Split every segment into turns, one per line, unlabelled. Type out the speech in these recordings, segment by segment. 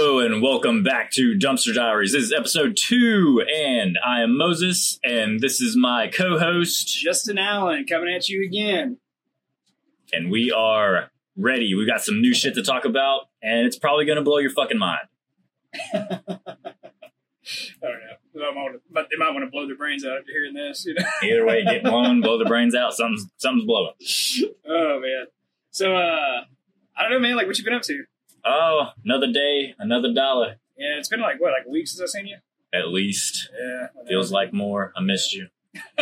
Welcome back to Dumpster Diaries. This is episode two, and I am Moses, and this is my co host,
Justin Allen coming at you again.
and we are ready. We got some new shit to talk about, and it's probably going to blow your fucking mind.
I don't know. I might wanna- but they might want to blow their brains out after hearing this. You know?
Either way, get blown, blow the brains out, something's, something's blowing.
Oh man. So uh, I don't know, man. Like, what you been up to?
Oh, another day, another dollar,
Yeah, it's been like what, like a week since I seen you.
at least.
Yeah. I know.
Feels like more. I missed you.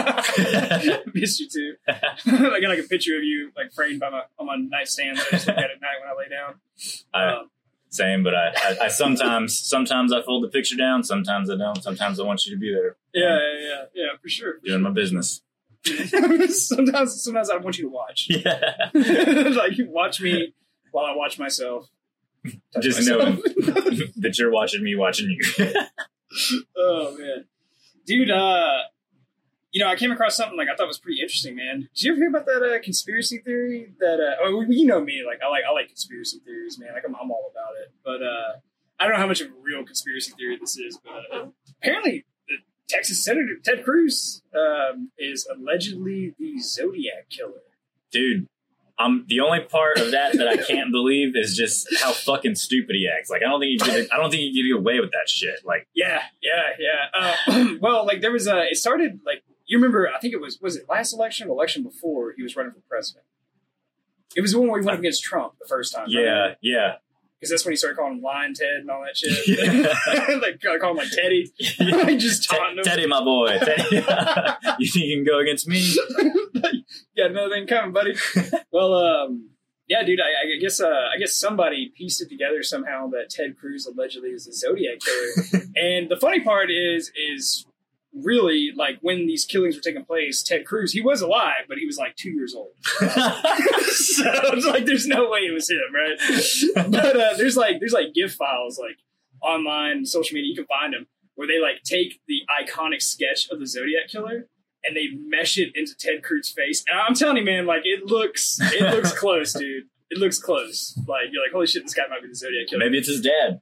Missed you too. I got like a picture of you like framed by my on my nightstand that I just look at at night when I lay down.
I,
Um,
same, but I, I, I sometimes, sometimes I fold the picture down, sometimes I don't. Sometimes I want you to be there
yeah, yeah, yeah, yeah, for sure.
doing my business.
sometimes, sometimes I want you to watch.
Yeah.
like, you watch me while I watch myself. Touch
Just
myself.
know that you're watching me watching you.
Oh man, dude. Uh, you know, I came across something like I thought was pretty interesting, man. Did you ever hear about that uh, conspiracy theory? That uh, oh, well, you know me, like I like I like conspiracy theories, man. Like I'm, I'm all about it. But uh, I don't know how much of a real conspiracy theory this is, but uh, apparently, the Texas Senator Ted Cruz um, is allegedly the Zodiac killer.
Dude, um, the only part of that that I can't believe is just how fucking stupid he acts. Like I don't think he get I don't think he get away with that shit. Like
Yeah, yeah, yeah. Uh, well, like there was a. It started like you remember. I think it was was it last election, or the election before he was running for president. It was the one where he went up against Trump the first time.
yeah, yeah.
because that's when he started calling him Lion Ted and all that shit.
Yeah.
like I call him like Teddy,
Te-
like just taunting him.
Teddy, my boy. Teddy. you think you can go against me?
Got another thing coming, buddy. well, um, yeah, dude. I, I guess uh, I guess somebody pieced it together somehow that Ted Cruz allegedly is the Zodiac killer. and the funny part is, is really like when these killings were taking place, Ted Cruz he was alive, but he was like two years old. so it's like there's no way it was him, right? but uh, there's like there's like GIF files like online, social media. You can find them where they like take the iconic sketch of the Zodiac killer and they mesh it into Ted Cruz's face. And I'm telling you, man, like it looks it looks close, dude. It looks close. Like you're like, holy shit, this guy might be the Zodiac killer.
Maybe it's his dad.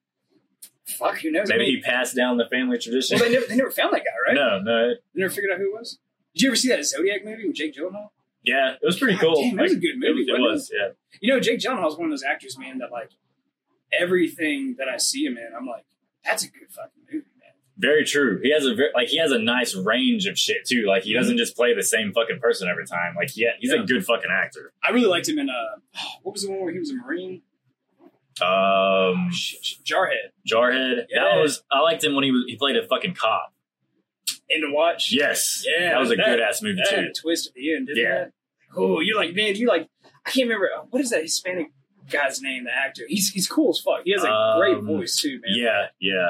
Fuck, who knows?
Maybe he passed down the family tradition.
well, they never they never found that guy, right?
No, no.
They never figured out who it was. Did you ever see that Zodiac movie with Jake Gyllenhaal?
Yeah, it was pretty
God
cool.
damn, that was
Like,
a good
it
movie,
was- It
wasn't
was, yeah.
You know, Jake Gyllenhaal is one of those actors, man, that like everything that I see him in, I'm like, that's a good fucking movie, man.
Very true. He has a very, like he has a nice range of shit too. Like he doesn't just play the same fucking person every time. Like yeah, he's
Mm-hmm. Yeah.
a good fucking actor.
I really liked him in uh, what was the one where he was a Marine?
Um,
Shit, shit, Jarhead.
Jarhead.
Yeah.
That was I liked him when he was he played a fucking cop.
In the watch.
Yes.
Yeah,
That was a
that-
good ass movie
That had
too.
a twist at the end, didn't
Yeah.
it? Oh, you're like, man, you like, I can't remember uh, what is that Hispanic guy's name, the actor. He's he's cool as fuck. He has a great
Um,
voice too, man.
Yeah, yeah.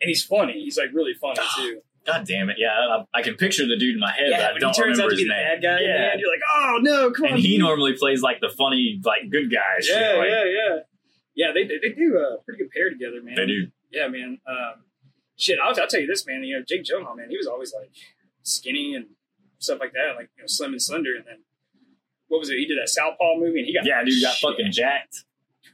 and he's funny. He's like really funny too.
God damn it. Yeah, I, I can picture the dude in my head, but I
when
don't
he turns out
remember
to
his
be the
name.
bad guy. in the
Yeah.
end, you're like, oh no, come
And
on.
he
dude."
normally plays like the funny, like good guy. shit.
yeah,
Like,
yeah, yeah, yeah. They they, they do a pretty good pair together, man.
They do.
Yeah, man. Um, shit, I'll, I'll tell you this, man. You know, Jake Gyllenhaal, man, he was always like skinny and stuff like that, like you know, slim and slender. And then what was it? He did that Southpaw movie, and he got
Yeah, dude got
shit.
fucking jacked.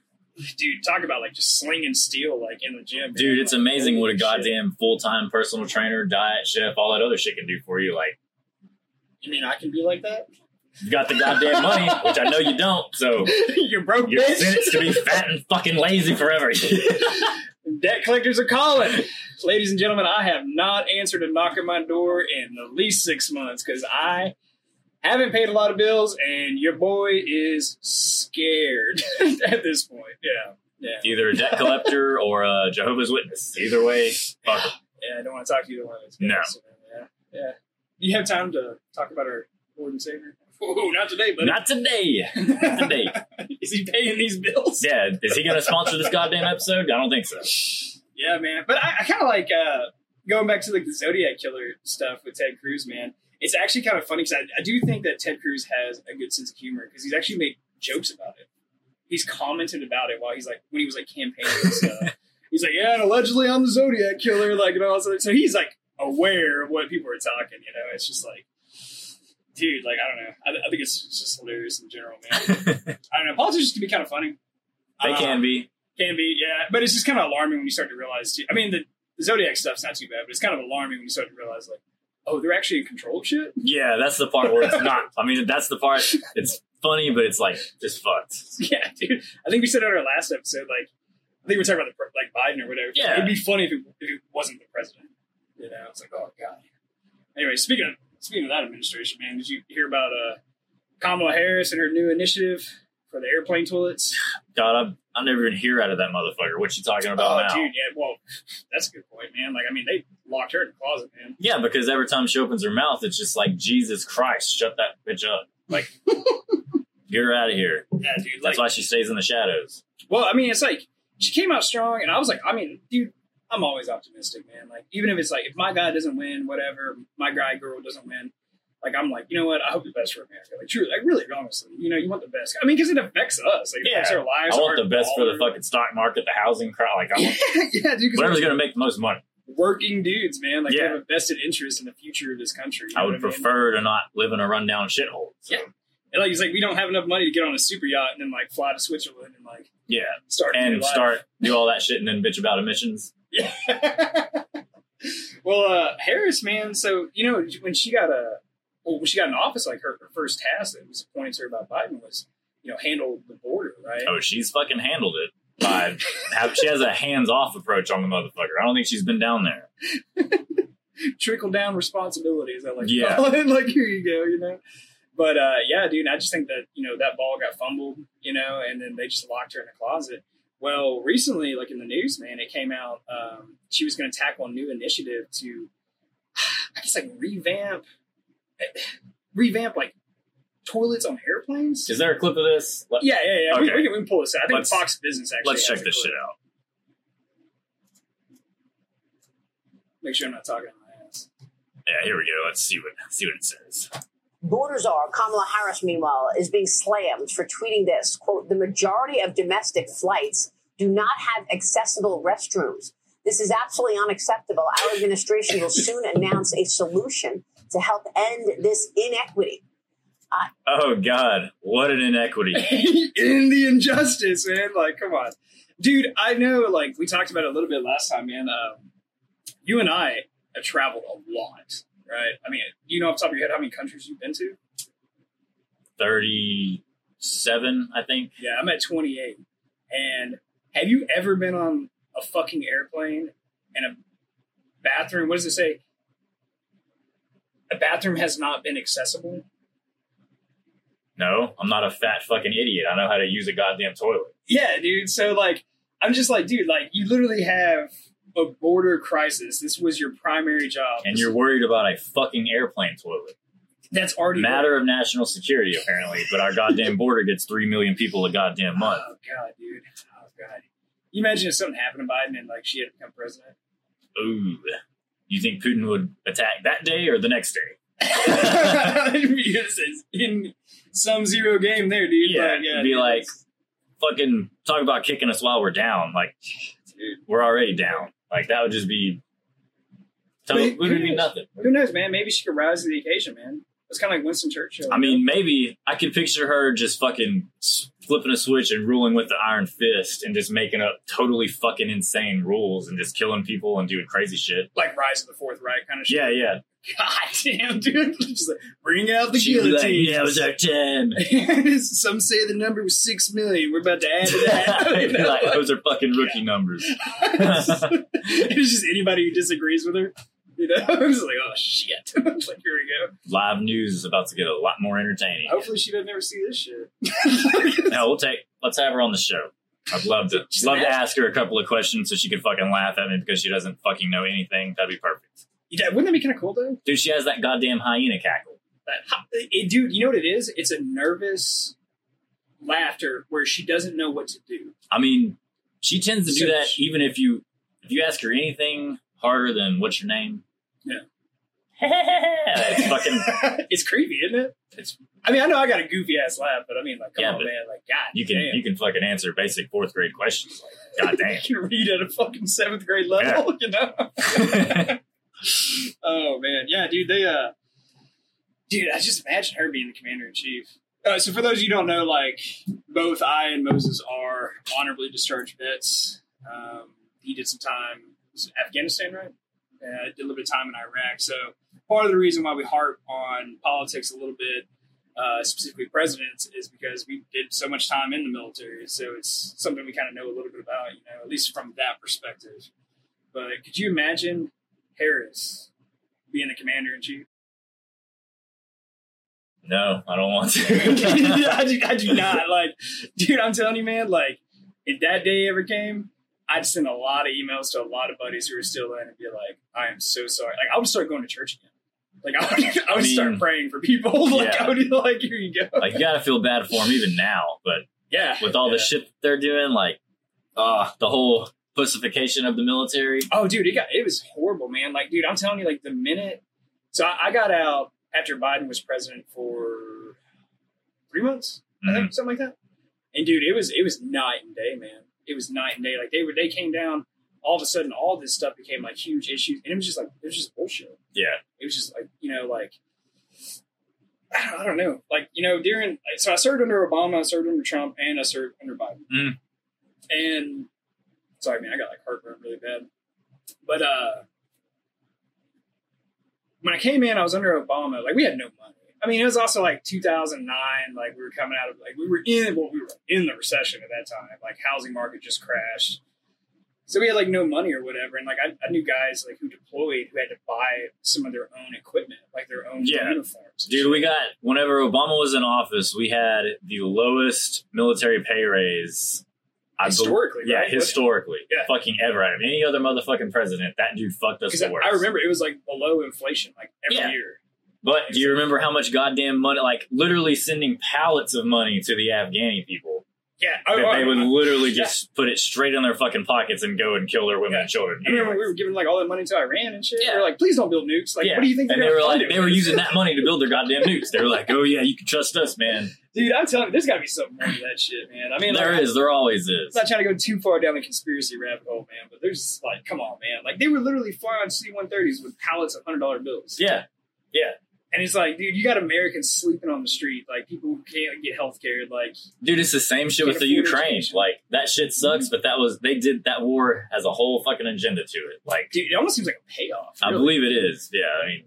dude. Talk about like just slinging steel like in the gym, man.
Dude, it's
Like,
amazing what a
holy shit.
goddamn full time personal trainer, diet chef, all that other shit can do for you. Like,
You mean I can be like that?
you got the goddamn money, which I know you don't, so
You're broke,
you're
bitch.
sentenced to be fat and fucking lazy forever.
Debt collectors are calling. Ladies and gentlemen, I have not answered a knock at my door in at least six months because I haven't paid a lot of bills and your boy is scared at this point. Yeah. Yeah.
Either a debt collector or a Jehovah's Witness. Either way, fuck 'em.
Yeah. I don't want to talk to you one of those guys.
No.
Yeah. Yeah. You have time to talk about our Lord and Savior? Oh, not today, buddy.
Not today. Not today.
is he paying these bills?
Yeah, is he going to sponsor this goddamn episode? I don't think so.
Yeah, man. But I, I kind of like uh, going back to like the Zodiac killer stuff with Ted Cruz, man. It's actually kind of funny because I, I do think that Ted Cruz has a good sense of humor because he's actually made jokes about it. He's commented about it while he's like when he was like campaigning. and stuff. he's like, yeah, and allegedly I'm the Zodiac killer, like and all this other. So he's like aware of what people are talking. You know, it's just like. Dude, like I don't know. I, I think it's just hilarious in general, man. I don't know. Politicians can be kind of funny.
They
Uh,
can be.
Can be, yeah. But it's just kind of alarming when you start to realize. Too, I mean, the, the Zodiac stuff's not too bad, but it's kind of alarming when you start to realize, like, oh, they're actually in control of shit.
Yeah, that's the part where it's not. I mean, that's the part. It's funny, but it's like just fucked.
yeah, dude. I think we said it on our last episode, like, I think we were talking about the, pre- like Biden or whatever.
Yeah.
it'd be funny if it, if it wasn't the president. You know, it's like, oh god. Anyway, speaking of speaking of that administration, man, did you hear about uh, Kamala Harris and her new initiative for the airplane toilets?
God, I, I never even hear out of that motherfucker. What you
Oh,
talking about now?
dude, yeah. Well, that's a good point, man. Like, I mean, they locked her in the closet, man.
Yeah, because every time she opens her mouth, it's just like Jesus Christ, shut that bitch up. Like, get her out of here.
Yeah, dude. Like,
That's why she stays in the shadows.
Well, I mean, it's like she came out strong, and I was like, I mean, dude, I'm always optimistic, man. Like, even if it's like, if my guy doesn't win, whatever, my guy girl doesn't win, like, I'm like, you know what? I hope the best for America. Like, truly, like, really, honestly, you know, you want the best. I mean, because it affects us. Like, it affects
Yeah.
our lives.
I want
our-
the best for the
all
fucking stock market, the housing crowd. Like, I
our-
want
yeah, dude. 'cause
whatever's
we're
gonna make the most money.
working dudes, man. Like, they
Yeah.
have a vested interest in the future of this country. you
I
know
would
what mean?
prefer to not live in a rundown shithole. So,
Yeah. And, like, it's like we don't have enough money to get on a super yacht and then like fly to Switzerland and like
yeah,
start a new
and
life.
start do all that shit and then bitch about emissions.
well, uh, Harris, man. So you know when she got a well, when she got an office, like her, her first task that was appointed to her by Biden was you know handle the border, right?
Oh, she's fucking handled it. By have, she has a hands-off approach on the motherfucker. I don't think she's been down there.
Trickle down responsibilities. I like
Yeah.
like here you go, you know. But uh, yeah, dude, I just think that you know that ball got fumbled, you know, and then they just locked her in a closet. Well, recently, like in the news, man, it came out um, she was going to tackle a new initiative to, I guess, like revamp, revamp like toilets on airplanes.
Is there a clip of this? Let,
Yeah, yeah, yeah. We-
Okay.
We, can, we can pull this out. I think
Let's-
Fox Business actually.
let's
has
check
a
this
clip.
shit out.
Make sure I'm not talking on my ass.
Yeah, here we go. Let's see what see what it says.
Borders are. Kamala Harris, meanwhile, is being slammed for tweeting this. Quote, the majority of domestic flights do not have accessible restrooms. This is absolutely unacceptable. Our administration will soon announce a solution to help end this inequity.
Oh God, what an inequity!
in the injustice, man. Like, come on, dude. I know. Like, we talked about it a little bit last time, man. Um, you and I have traveled a lot, right? I mean, you know off the top of your head how many countries you've been to?
Thirty-seven, I think.
Yeah, I'm at 28. And have you ever been on a fucking airplane and a bathroom? What does it say? A bathroom has not been accessible.
No, I'm not a fat fucking idiot. I know how to use a goddamn toilet.
Yeah, dude. So like, I'm just like, dude, like you literally have a border crisis. This was your primary job,
And you're worried about a fucking airplane toilet.
that's already
Matter of national security, apparently. But our goddamn border gets three million people a goddamn month.
Oh god, dude. Oh god. You imagine if something happened to Biden and like she had to become president.
Ooh, you think Putin would attack that day or the next day?
It's- it's in some zero game there, dude.
Yeah,
Like,
it'd be
dude,
like-
it's-
Fucking talk about kicking us while we're down. Like
dude.
we're already down. Like that would just be. Tell,
Wait,
it would
who
be
knows?
nothing.
Who knows, man? Maybe she could rise to the occasion, man. It's kind of like Winston Churchill.
I mean, maybe I could picture her just fucking s- flipping a switch and ruling with the iron fist and just making up totally fucking insane rules and just killing people and doing crazy shit.
like Rise of the Fourth Reich kind of shit.
Yeah, yeah.
God damn, dude. Just like, bring out the
She'd be
guillotine.
like, yeah, it was our 10.
Some say the number was six million. We're about to add to that.
I'd be like, those are fucking rookie numbers.
it's just anybody who disagrees with her. You know, I was like, oh shit. like, here we
Live news is about to get a lot more entertaining.
go. Hopefully, she doesn't ever see this shit.
No, we'll take, let's have her on the show. I'd love to,
Just
love to
ask-
ask her a couple of questions so she could fucking laugh at me because she doesn't fucking know anything. That'd be perfect.
Yeah, wouldn't that be kind of cool though?
Dude, she has that goddamn hyena cackle.
That- ha- eh, dude, you know what it is? It's a nervous laughter where she doesn't know what to do.
I mean, she tends to do
So
that
she-
even if you if you ask her anything harder than what's your name.
Yeah.
it's fucking.
it's creepy, isn't it? It's. I mean, I know I got a goofy ass laugh, but I mean, like, come
Yeah,
on,
but
man, like, God,
You can
damn.
you can fucking answer basic fourth grade questions. Like, God
You can read at a fucking seventh grade level, you know.
damn.
Oh man, yeah, dude. They, uh, dude, I just imagine her being the commander in chief. Uh, so for those you who don't know, like both I and Moses are honorably discharged vets. Um, he did some time was it Afghanistan, right? Uh, did a little bit of time in Iraq. So part of the reason why we harp on politics a little bit, uh, specifically presidents, is because we did so much time in the military. So it's something we kind of know a little bit about, you know, at least from that perspective. But could you imagine Harris being the commander in chief?
No, I don't want to.
I, do, I do not like, dude. I'm telling you, man. Like, if that day ever came, I'd send a lot of emails to a lot of buddies who are still in and be like, "I am so sorry." Like, I would start going to church again. Like, I would, I would
I mean,
start praying for people. like,
yeah.
I would be like, "Here you go."
like, you gotta feel bad for him even now, but
yeah,
with all
yeah.
the shit they're doing, like, ah, the whole pussification of the military.
Oh, dude, it got it was horrible, man. Like, dude, I'm telling you, like the minute. So I, I got out after Biden was president for three months, I think, something like that. And dude, it was it was night and day, man. It was night and day. Like they were they came down. All of a sudden, all this stuff became like huge issues, and it was just like it was just bullshit.
Yeah,
It was just like you know, like I don't, I don't know, like you know, during like, so I served under Obama, I served under Trump, and I served under Biden.
Mm.
And sorry, man, I got like heartburn really bad. But uh when I came in, I was under Obama. Like we had no money. I mean, it was also like 2009. Like we were coming out of like we were in well, we were in the recession at that time. Like housing market just crashed so we had like no money or whatever and like I, I knew guys like who deployed who had to buy some of their own equipment like their own
Yeah.
uniforms
dude, we got whenever Obama was in office, we had the lowest military pay raise. I bel-
historically
yeah,
right?
historically,
Yeah.
fucking ever. I mean, any other motherfucking president, that dude fucked us
because
the
I,
worst.
I remember it was like below inflation like every
Yeah.
year
But do you remember how much goddamn money, like literally sending pallets of money to the Afghani people?
yeah I,
That
I-
they would literally
Oh, yeah.
just put it straight in their fucking pockets and go and kill their women
Yeah.
and children.
I remember we were giving like all that money to Iran and shit
Yeah.
we were like please don't build nukes like
Yeah.
what do you think
And
they're
they were
gonna
like,
fund it
they were
with?
using that money to build their goddamn nukes. They were like, oh yeah, you can trust us, man.
dude I'm telling you there's gotta be something more to that shit man I mean
there
like,
is, there always
I'm
is.
not trying to go too far down the conspiracy rabbit hole man but there's just like come on man like they were literally flying C-130s with pallets of hundred dollar bills
Yeah,
And it's like, dude, you got Americans sleeping on the street. Like, people who can't get health care. Like,
dude, it's the same shit with the
Can't afford
Ukraine.
education.
Like that shit sucks, but that was they did that war has a whole fucking agenda to it. Like
dude, it almost seems like a payoff.
I
really.
believe it is. Yeah, I mean,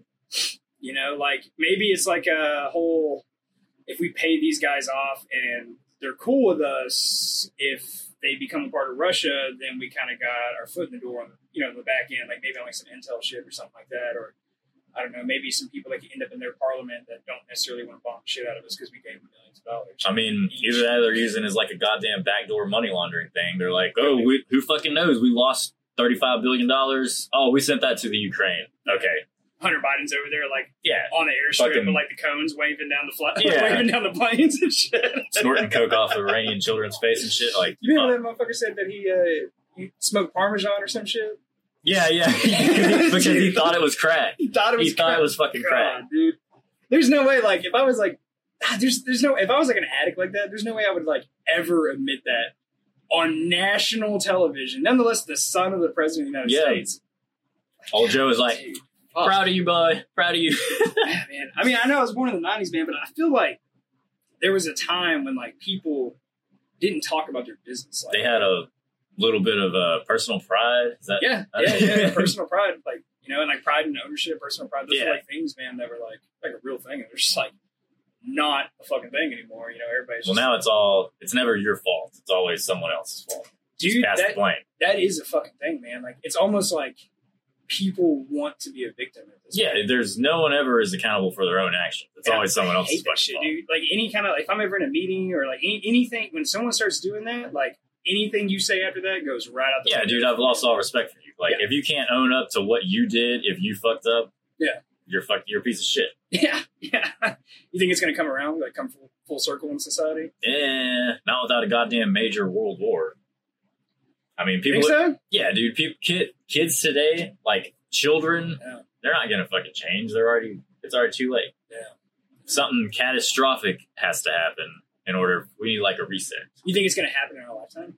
You know, like, maybe it's like a whole if we pay these guys off and they're cool with us, if they become a part of Russia, then we kind of got our foot in the door on, the, you know, the back end. Like, maybe on like some intel shit or something like that. Or, I don't know, maybe some people that end up in their parliament that don't necessarily want to bomb the shit out of us because we gave them millions of dollars.
I mean, either that or they're using it as like a goddamn backdoor money laundering thing. They're like, oh, we, who fucking knows? We lost $35 billion. Oh, we sent that to the Ukraine. Okay.
Hunter Biden's over there, like,
Yeah.
on the airstrip
Fucking-
with like the cones waving down the fly,
Yeah.
waving down the planes and shit.
Snorting coke off of Iranian children's face and shit. Like,
You
uh,
remember that motherfucker said that he uh, he smoked Parmesan or some shit?
yeah, yeah. because he thought it was crack.
He thought it was
He thought
crack.
it was fucking
God,
crack.
dude. There's no way, like, if I was like, ah, there's there's no if I was like an addict like that, there's no way I would like ever admit that on national television. Nonetheless, the son of the president of the United
Yeah.
States.
Old Joe was like,
Dude, fuck.
proud of you, boy. Proud of you.
Yeah, man. I mean, I know I was born in the '90s, man, but I feel like there was a time when like people didn't talk about their business. Like,
They had a little bit of uh, personal pride. Is that,
yeah,
I
yeah,
mean-
yeah, personal pride, like you know, and like pride and ownership, personal pride. Those
Yeah.
are like things, man, that were like like a real thing, and they're just like not a fucking thing anymore. You know, everybody's
Well,
just,
now it's all, it's never your fault. It's always someone else's fault. Just
dude,
pass the
that
blame.
that is a fucking thing, man. Like it's almost like people want to be a victim of this.
Yeah, there's no one ever is accountable for their own actions. It's
Yeah,
always someone
I
else's
hate that
fucking
shit,
fault.
dude. Like any kind of like, if I'm ever in a meeting or like any, anything, when someone starts doing that, like anything you say after that goes right out the
Yeah,
window.
dude, I've lost all respect for you. Like, if you can't own up to what you did, if you fucked up,
Yeah.
you're fuck, you're a piece of shit.
Yeah, yeah. You think it's gonna come around, like come full, full circle in society?
Eh, not without a goddamn major world war. I mean, people.
think so?
Yeah, dude, people, kid, kids today, like children,
Yeah.
they're not gonna fucking change. They're already, it's already too late.
Yeah.
Something catastrophic has to happen in order. We need like a reset.
You think it's gonna happen in our lifetime?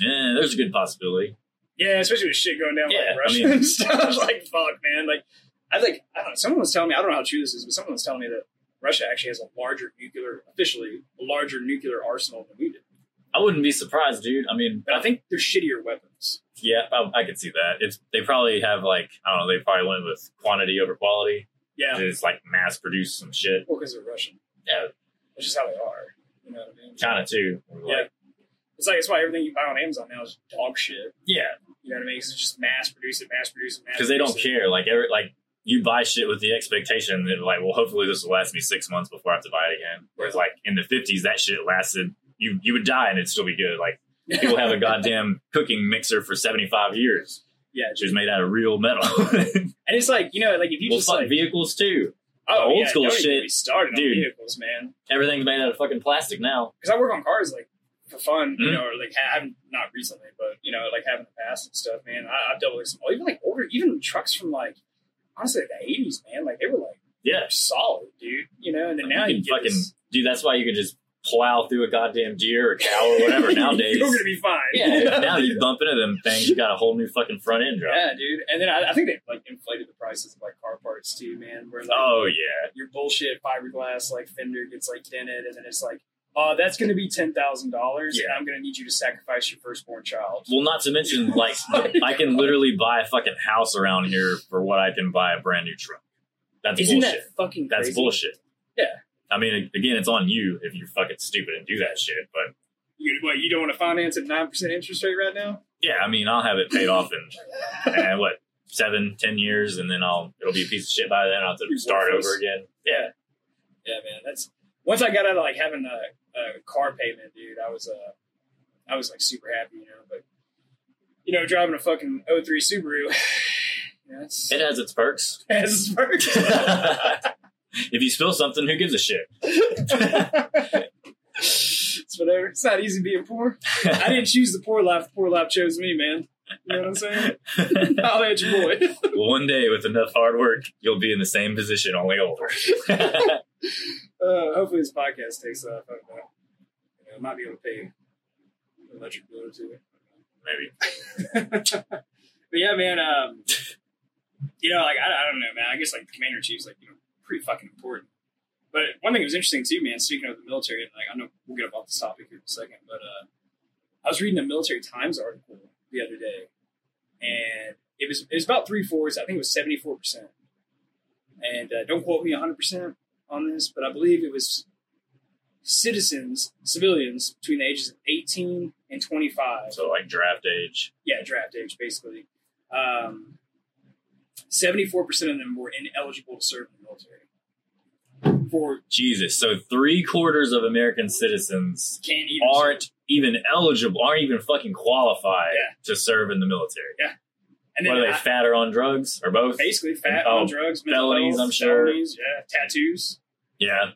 Yeah, there's a good possibility.
Yeah, especially with shit going down
Yeah,
like
I
Russia
mean-
and stuff. Like fuck, man. Like I think I don't know, someone was telling me I don't know how true this is, but someone was telling me that Russia actually has a larger nuclear, officially a larger nuclear arsenal than we do.
I wouldn't be surprised, dude. I mean, I think
They're shittier weapons.
yeah, I, I could see that. It's they probably have like I don't know. They probably went with quantity over quality.
Yeah,
Just like mass produce some shit.
well, because they're Russian.
Yeah,
That's just how they are. You know what I mean?
China too. Like,
It's like it's why everything you buy on Amazon now is dog shit.
yeah,
You know what I mean? 'Cause it's just mass produce it, mass produce it, mass.
because they don't
produce it.
care. Like every like you buy shit with the expectation that like, well, hopefully this will last me six months before I have to buy it again. Whereas like in the fifties, that shit lasted. You you would die and it'd still be good. Like people have a goddamn cooking mixer for seventy five years.
yeah,
Which was made out of real metal. well,
and it's like you know, like if you just
fuck
like
vehicles too.
oh,
old
yeah,
school
don't even get
shit,
me started
dude.
on vehicles, man.
Everything's made out of fucking plastic now.
because I work on cars like for fun, you
Mhm.
know, or like ha- haven't not recently, but you know, like having the past and stuff, man. I, I've dealt with some, even like older, even trucks from like honestly like the eighties, man. Like they were like
Yeah.
solid, dude. You know, and then now
you can
you, get
fucking
this-
dude. That's why you can just plow through a goddamn deer or cow or whatever nowadays.
You're gonna be fine.
yeah, now you bump into them things, you got a whole new fucking front end drop.
yeah, dude. And then I, I think they like inflated the prices of like car parts too, man. Where like
Oh yeah,
your bullshit fiberglass like fender gets like dented, and then it's like. Oh, that's going to be ten thousand dollars, and
Yeah.
I'm going to need you to sacrifice your firstborn child.
Well, not to mention, like,
Oh,
I can literally buy a fucking house around here for what I can buy a brand new truck. That's
Isn't
bullshit.
that fucking
That's
crazy?
bullshit.
Yeah.
I mean, again, it's on you if you're fucking stupid and do that shit. But
You, what, you don't want to finance at 9% interest rate right now?
yeah, I mean, I'll have it paid off in eh, what seven, ten years, and then I'll it'll be a piece of shit by then. I'll have to
Be
start
worthless.
over again. Yeah.
Yeah, man. That's once I got out of like having a, a car payment, dude. I was uh, I was like super happy, you know. But you know, driving a fucking 03 Subaru, yeah, that's
It has its perks.
has its perks.
if you spill something, who gives a shit?
it's whatever. It's not easy being poor. I didn't choose the poor life. The poor life chose me, man. You know what I'm saying? I'll at your boy.
Well, one day with enough hard work, you'll be in the same position, only older.
Uh, hopefully this podcast takes off. I don't know. You know, I might be able to pay an electric bill or two.
Maybe.
But yeah, man. Um, you know, like I, I don't know, man. I guess like the commander in chief's like you know pretty fucking important. But one thing that was interesting too, man. Speaking of the military, and like I know we'll get up off this topic here in a second, but uh, I was reading a Military Times article the other day, and it was it was about three fours. I think it was seventy four percent. And uh, don't quote me one hundred percent on this, but I believe it was citizens, civilians between the ages of eighteen and twenty five
So like draft age.
yeah, draft age basically. Um, Seventy-four percent of them were ineligible to serve in the military. For
Jesus. So three quarters of American citizens
can't even
aren't even eligible, aren't even fucking qualified
Yeah.
to serve in the military.
and then
What are they,
I-
fat or on drugs or both?
basically fat
Oh,
on drugs, mental
felonies,
health,
I'm sure.
felonies, yeah, tattoos.
Yeah.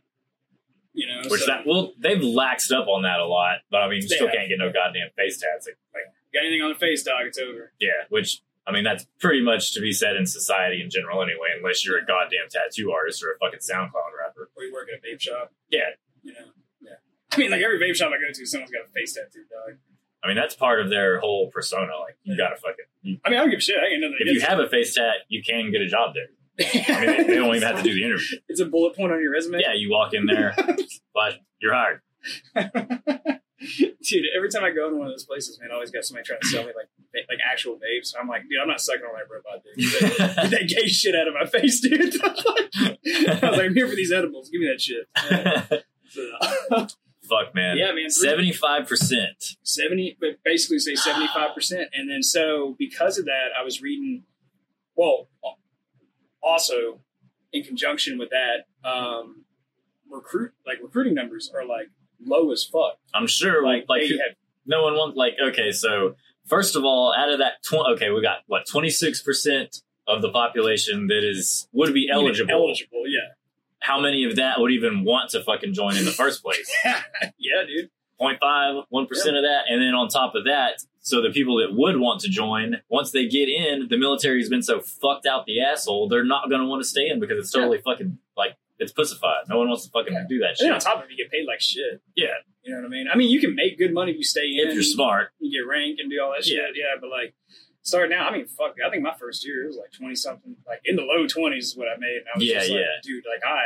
You know,
Which
Oh, so-
that well, they've laxed up on that a lot, but I mean you still
Yeah.
can't get no goddamn face tats. Like, like,
got anything on the face, dog? It's over.
yeah, which I mean that's pretty much to be said in society in general anyway, unless you're a goddamn tattoo artist or a fucking SoundCloud rapper.
Or you work at a vape shop.
Yeah.
you know, yeah. I mean, like every vape shop I go to, someone's got a face tattoo, dog.
I mean that's part of their whole persona. Like you gotta fucking you,
I mean, I don't give a shit. I ain't nothing.
if you have a face tat, you can get a job there. I mean, they, they don't even have to do the interview.
It's a bullet point on your resume.
Yeah, you walk in there, but you're hired.
dude, every time I go into one of those places, man, I always got somebody trying to sell me like va- like actual vapes. I'm like, dude, I'm not sucking on that robot dick. Get that gay shit out of my face, dude. I was like, I'm here for these edibles. Give me that shit. So-
Fuck, man.
yeah, man. three-
Seventy-five percent.
70 but basically say 75% and then so because of that i was reading well also in conjunction with that um recruit like recruiting numbers are like low as fuck
I'm sure. Like, like
they have
no one wants. Like, okay, so first of all, out of that, tw- okay, we got what twenty-six percent of the population that is would be
even
eligible.
eligible yeah
How many of that would even want to fucking join in the first place?
yeah dude
0.5, 1% of that. And then on top of that, so the people that would want to join, once they get in, the military's been so fucked out the asshole, they're not going to want to stay in because it's totally fucking like it's pussified. No one wants to fucking
Yeah.
do that
And then
shit.
on top of it, you get paid like shit.
Yeah.
You know what I mean? I mean, you can make good money if you stay in.
If you're smart,
You get rank and do all that shit.
Yeah.
Yeah, but like, starting out, I mean, fuck, I think my first year, it was like 20 something, like in the low 20s is what I made. And I was
Yeah,
just like,
yeah.
dude, like, I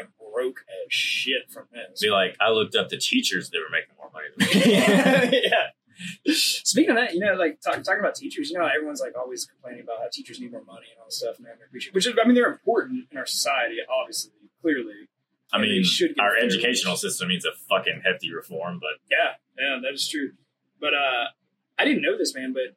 am broke as shit from this.
Be like, I looked up the teachers that were making more money than me.
yeah. Speaking of that, you know, like talk, talking about teachers, you know, everyone's like always complaining about how teachers need more money and all this stuff, and they're appreciated. Which is, I mean, they're important in our society, obviously, clearly.
I
And they
mean,
should get
our
fair
educational
wage.
system needs a fucking hefty reform, but
Yeah, yeah, that is true. But uh, I didn't know this, man. But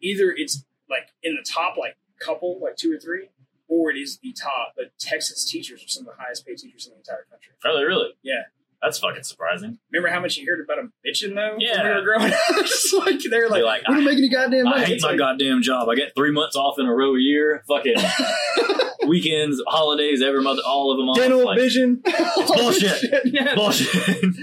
either it's like in the top, like couple, like two or three, or it is the top. But Texas teachers are some of the highest paid teachers in the entire country.
really, really,
Yeah.
that's fucking surprising.
Remember how much you heard about them bitching though? when we
Yeah.
were growing up. It's like they're like,
like,
we don't make any goddamn money.
I hate
It's
my
like,
goddamn job. I get three months off in a row a year. Fucking weekends, holidays, every month, all of them. off.
dental
Like,
vision.
bullshit.
Oh, Yeah,
bullshit.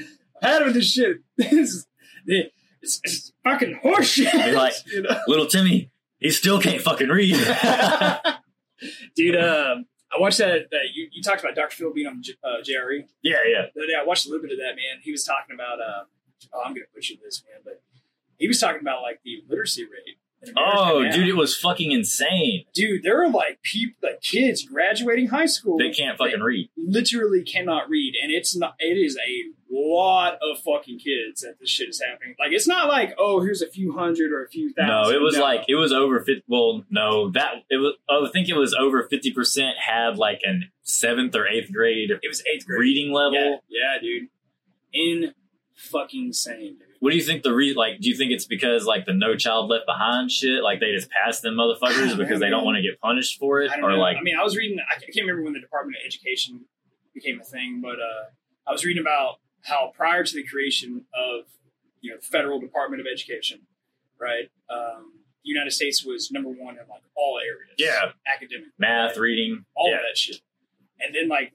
I'm out of this shit. This is it's, it's fucking horseshit.
Be like-
you know?
Little Timmy, he still can't fucking read.
Dude, um, I watched that. that you, you talked about Dr. Phil being on J- uh, JRE.
yeah, yeah.
The other day, I watched a little bit of that, man. He was talking about, uh, oh, I'm going to butcher this, man, but he was talking about like the literacy rate. in America
Oh,
now.
dude, it was fucking insane.
Dude, there are like people, like kids graduating high school.
They can't fucking read.
literally cannot read and it's not it is a lot of fucking kids that this shit is happening like it's not like oh here's a few hundred or a few
No,
thousand
it was like it was over fifty. Well, no, that it was. oh, I think it was over fifty percent had like an seventh or eighth grade
it was eighth grade
reading level.
yeah, yeah dude in fucking sane dude
What do you think the re like? Do you think it's because like the No Child Left Behind shit? Like they just pass them motherfuckers because they don't want to get punished for it,
I don't
or
know.
like
I mean, I was reading. I can't remember when the Department of Education became a thing, but uh, I was reading about how prior to the creation of you know the federal Department of Education, right? Um, the United States was number one in like all areas.
Yeah.
academic,
math, reading?
all
yeah,
of that shit, and then like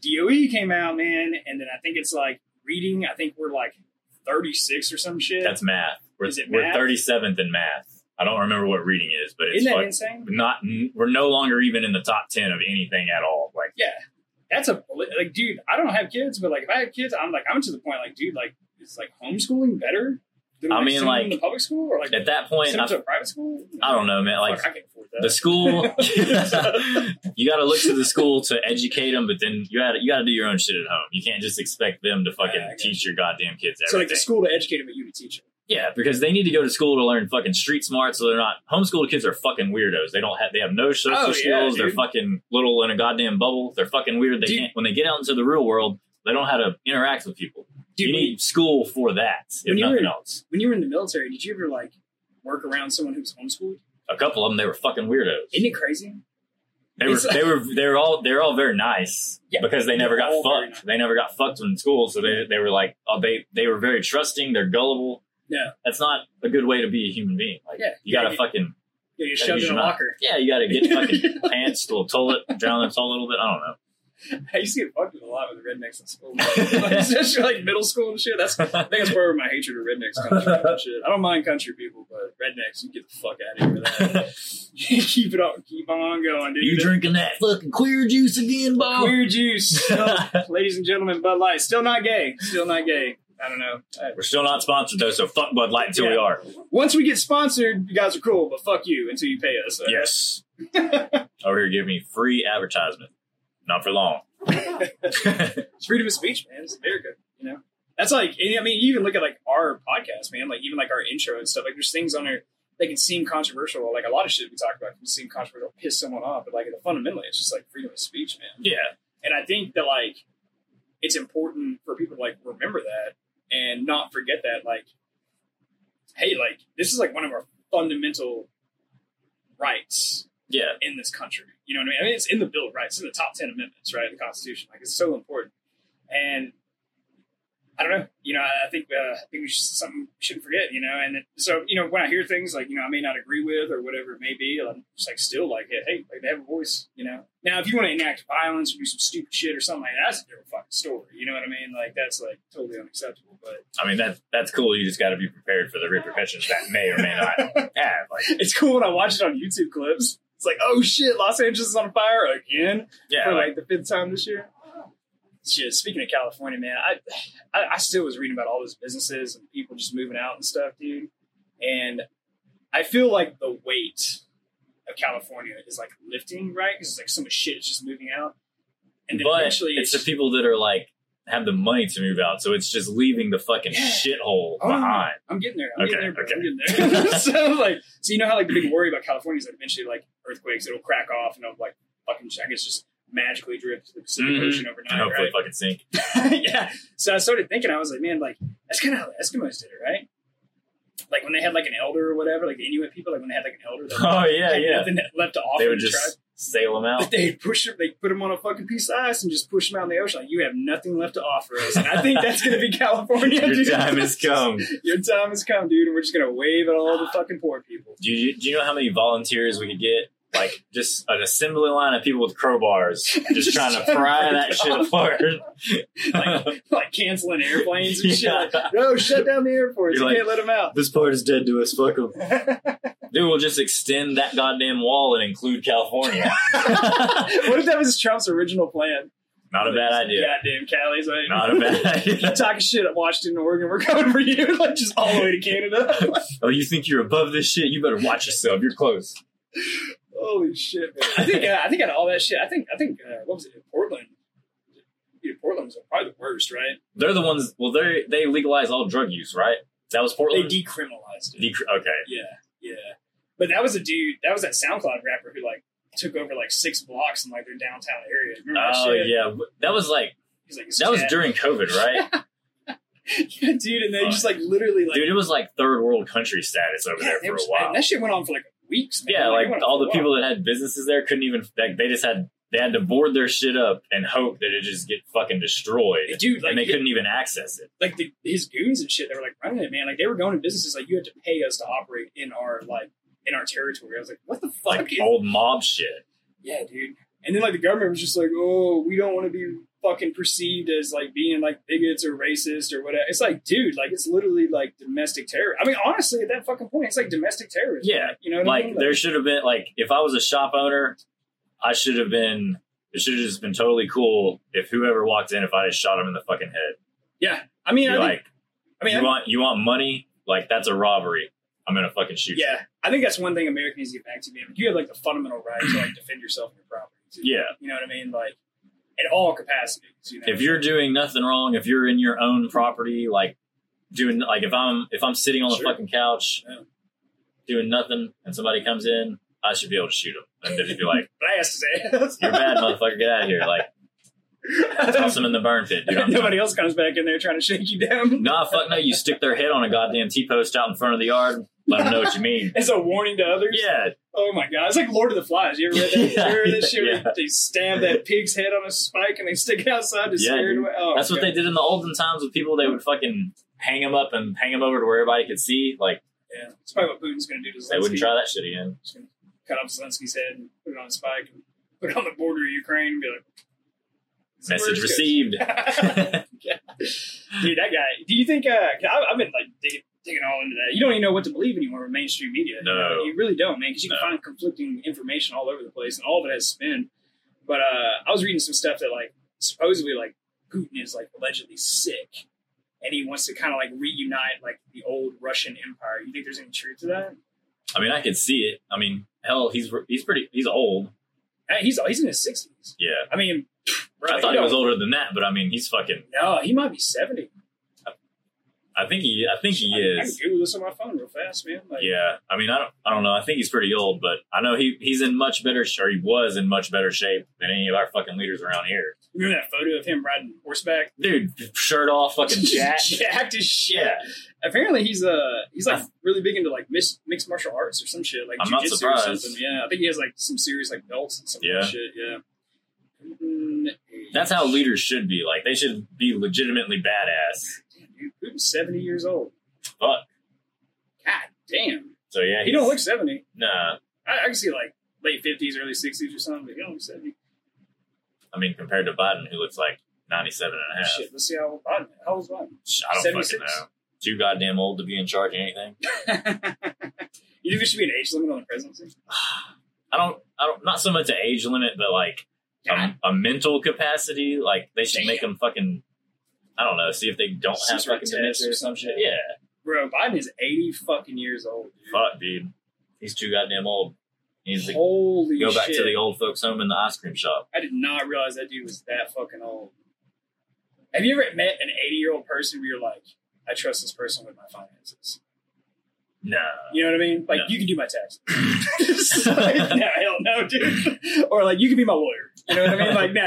DOE came out, man, and then I think it's like reading. I think we're like thirty six or some shit.
that's math. We're,
Is it
we're
math?
37th in math. I don't remember what reading is, but it's
Isn't that
like
insane?
not. We're no longer even in the top ten of anything at all. Like.
yeah, that's a like, dude. I don't have kids, but like, if I have kids, I'm like, I'm to the point, like, dude, like, is like homeschooling better? Than,
I
like,
mean,
sending
like,
them to public school or like
at that point,
send them
I,
to a private school?
I don't know, man. Like
Fuck, I can afford that.
the school, you got to look to the school to educate them, but then you got to you got to do your own shit at home. You can't just expect them to fucking
Yeah, I got
teach your goddamn kids
so like
everything.
the school to educate them, but you to teach them.
yeah, because they need to go to school to learn fucking street smarts. So they're not homeschooled kids are fucking weirdos. They don't have they have no social
Oh, yeah,
skills. they're
dude.
fucking little in a goddamn bubble. They're fucking weird. They
Dude.
can't when they get out into the real world. They don't know how to interact with people.
Dude,
you
when,
need school for that, if
when you
nothing
were-
else.
when you were in the military, did you ever like work around someone who was homeschooled?
A couple of them, they were fucking weirdos.
Isn't it crazy?
They were,
It's like-
they were, they were all, they're all very nice
Yeah,
because they never
they're
got
all very
fucked. They never got fucked in school, so they, they were like, oh, they, they were very trusting. They're gullible.
Yeah.
that's not a good way to be a human being. Like,
Yeah.
you gotta
Yeah, you-
fucking,
Yeah, you
gotta
shoved
use
in a
your mouth.
locker.
yeah, you gotta get fucking pants to a toilet, drown them a little bit. I don't know.
I used to get fucked with a lot with the rednecks in school, like, especially like middle school and shit. That's I think that's where my hatred of rednecks comes from. and shit. I don't mind country people, but rednecks, you get the fuck out of here with that. keep it on, keep on going, dude.
you drinking that fucking queer juice again, Bob?
Queer juice, ladies and gentlemen. Bud Light, still not gay, still not gay. I don't know. I-
We're still not sponsored though, so fuck Bud Light until we
Yeah.
are.
Once we get sponsored, you guys are cool, but fuck you until you pay us. okay?
Yes. Over here, give me free advertisement. Not for long.
it's freedom of speech, man. It's America, you know. That's like, I mean, you even look at like our podcast, man. Like even like our intro and stuff. Like there's things on there that can seem controversial. Like a lot of shit we talk about can seem controversial, piss someone off. But like fundamentally, it's just like freedom of speech, man.
yeah.
And I think that like it's important for people to like remember that and not forget that. Like, hey, like this is like one of our fundamental rights
Yeah.
in this country. You know what I mean? I mean, it's in the Bill of Rights, it's in the top 10 amendments, right? The Constitution. Like, it's so important. And I don't know. You know, I I think uh, I think we should, something we shouldn't forget. You know, and it, so you know when I hear things like you know I may not agree with or whatever it may be, I'm just like still like hey, like they have a voice. You know. Now, if you want to enact violence or do some stupid shit or something like that, that's a different fucking story. You know what I mean? Like that's like totally unacceptable. But
I mean that that's cool. You just got to be prepared for the repercussions that may or may not have. Like,
it's cool when I watch it on YouTube clips. It's like oh shit, Los Angeles is on fire again.
yeah,
for
like,
like the fifth time this year. Shit, speaking of California, man, I, I I still was reading about all those businesses and people just moving out and stuff, dude. And I feel like the weight of California is like lifting, right? Because like so much shit is just moving out. And then
but
eventually
it's the people that are like have the money to move out, so it's just leaving the fucking
Yeah.
shithole
Oh, no, no, no.
behind.
I'm getting there. I'm
Okay,
getting there. bro.
okay.
I'm getting there. so like, so you know how like the big worry about California is that eventually like earthquakes, it'll crack off and it'll like fucking I guess just magically drift to the Pacific
Mhm.
Ocean
And
overnight,
hopefully,
right?
fucking sink.
yeah. So I started thinking, I was like, man, like that's kind of how the Eskimos did it, right? Like when they had like an elder or whatever, like the Inuit people, like when they had like an elder, that
Oh yeah,
had
yeah.
nothing left to offer
They would
the tribe.
just sail them out.
But they push them, they put them on a fucking piece of ice and just push them out in the ocean. Like, you have nothing left to offer us. And I think that's going to be California.
Your
dude.
time has come.
Your time has come, dude. And we're just going to wave at all the fucking poor people.
Do you, do you know how many volunteers we could get? Like just an assembly line of people with crowbars, just,
Just
trying to
trying to
pry
break
that
it
shit
off.
apart.
Like canceling airplanes and shit.
Yeah.
Like, no, shut down the airports.
You're
You
like-
can't let them out.
this part is dead to us. Fuck them, dude. We'll just extend that goddamn wall and include California.
what if that was Trump's original plan?
Not a bad idea.
Goddamn Cali's like,
Not a bad
you
idea.
talking shit at Washington, Oregon. We're coming for you, like just all the way to Canada.
Oh, you think you're above this shit? You better watch yourself. You're close.
Holy shit! Man. I think uh, I think out of all that shit, I think I think uh, what was it? Portland. Yeah, Portland was probably the worst, right?
They're the ones. Well, they they legalized all drug use, right? That was
They
Portland.
decriminalized it.
Dec- okay.
Yeah, yeah. But that was a dude. That was that SoundCloud rapper who like took over like six blocks in like their downtown area. Remember that
Oh
shit?
yeah, that was like
He's like, it's
that was
Chad.
during COVID, right?
yeah, dude. And they just like literally like
Dude, it was like third world country status over
yeah,
there
they
for a
was-
while.
That shit went on for like weeks. Man.
Yeah,
it
like
went on
all
for a
the
while.
people that had businesses there couldn't even like they just had they had to board their shit up and hope that it just get fucking destroyed.
Dude, like
and they
it-
couldn't even access it.
like the, his goons and shit, they were like running it, man. Like they were going to businesses like you had to pay us to operate in our like in our territory. I was like, what the fuck?
Like
is-
old mob shit.
yeah, dude. And then like the government was just like, oh, we don't want to be fucking perceived as like being like bigots or racist or whatever. It's like, dude, like it's literally like domestic terror. I mean, honestly, at that fucking point, it's like domestic terrorism.
Yeah,
like, you know what I
Like
mean?
there should have been like if I was a shop owner, I should have been it should have just been totally cool if whoever walked in if I just shot him in the fucking head.
yeah. I mean, I
You're
think,
like,
I mean, I
you want you want money? Like that's a robbery. I'm gonna fucking shoot you.
yeah, I think that's one thing America needs to get back to. Man, you have like the fundamental right to like defend yourself and your property. too.
Yeah.
you know what I mean? Like at all capacities. You know?
if you're doing nothing wrong, if you're in your own property, like doing like if I'm if I'm sitting on the
Sure.
fucking couch
Yeah.
doing nothing and somebody comes in, I should be able to shoot them and they'd just be like,
blast his ass.
"You're bad, motherfucker, get out of here!" Like toss them in the burn pit, dude. I'm done.
Nobody else comes back in there trying to shake you down.
Nah, fuck no. You stick their head on a goddamn T post out in front of the yard. Let them know what you mean.
It's a warning to others.
Yeah,
Oh my god, it's like Lord of the Flies. You ever read that?
Yeah,
you ever read this shit? where
yeah.
They stab that pig's head on a spike and they stick it outside to
Yeah,
scare it
dude.
away. Oh,
that's what they did in the olden times with people. They would fucking hang them up and hang them over to where everybody could see. Like
they. Yeah, it's probably what Putin's going to do to Zelensky.
they wouldn't try that shit again.
He's gonna cut off Zelensky's head and put it on a spike and put it on the border of Ukraine and be like. "See where
Message
this goes."
received.
Dude, that guy. Do you think? Uh, 'cause I, I've been like digging, digging all into that. You don't even know what to believe anymore with mainstream media.
No.
you really don't, man. Because you can
No.
find conflicting information all over the place, and all of it has spin. But uh, I was reading some stuff that like supposedly like Putin is like allegedly sick, and he wants to kind of like reunite like the old Russian Empire. You think there's any truth to that?
I mean, I could see it. I mean, hell, he's he's pretty he's old.
Hey, Uh, He's he's in his sixties.
Yeah,
I mean, bro,
I thought he was older than that, but I mean, he's fucking.
No, he might be seventy.
I think he I think he
I, I can
is.
Google this on my phone real fast, man. Like,
Yeah, I mean, I don't I don't know. I think he's pretty old, but I know he he's in much better sh- or he was in much better shape than any of our fucking leaders around here.
Remember that photo of him riding horseback?
Dude, shirt off, fucking jacked.
jacked as shit.
Yeah.
Apparently he's uh he's like really big into like mis- mixed martial arts or some shit like
I'm not
jujitsu or
surprised.
something. Yeah, I think he has like some serious like belts and some
Yeah.
shit. Yeah. Mm-hmm. Putin is-
That's how leaders should be. Like they should be legitimately badass.
Damn, dude, Putin's seventy years old.
Fuck.
God damn.
So yeah,
He don't
he's-
look seventy.
Nah,
I, I can see like late fifties, early sixties or something. But he don't look seventy.
I mean, compared to Biden, who looks like 97 and a half.
Oh, Shit. Let's see how old Biden. How old's Biden?
I don't
76?
fucking know. Too goddamn old to be in charge of anything.
you think there should be an age limit on the presidency?
I don't, I don't, not so much an age limit, but like
God,
a, a mental capacity. Like they should make
Damn.
them fucking, I don't know, see if they don't have
Suicide
fucking
test
dementia
or
or
some
some shit.
shit.
Yeah.
bro, Biden is eighty fucking years old. Dude.
Fuck, dude. He's too goddamn old. He needs to
Holy
go back
shit.
to the old folks home in the ice cream shop.
I did not realize that dude was that fucking old. Have you ever met an 80 year old person where you're like, I trust this person with my finances?
No.
You know what I mean? Like,
No.
you can do my taxes. It's like, nah, hell no, dude. or like, you can be my lawyer. You know what I mean? Like, nah, nah, nah,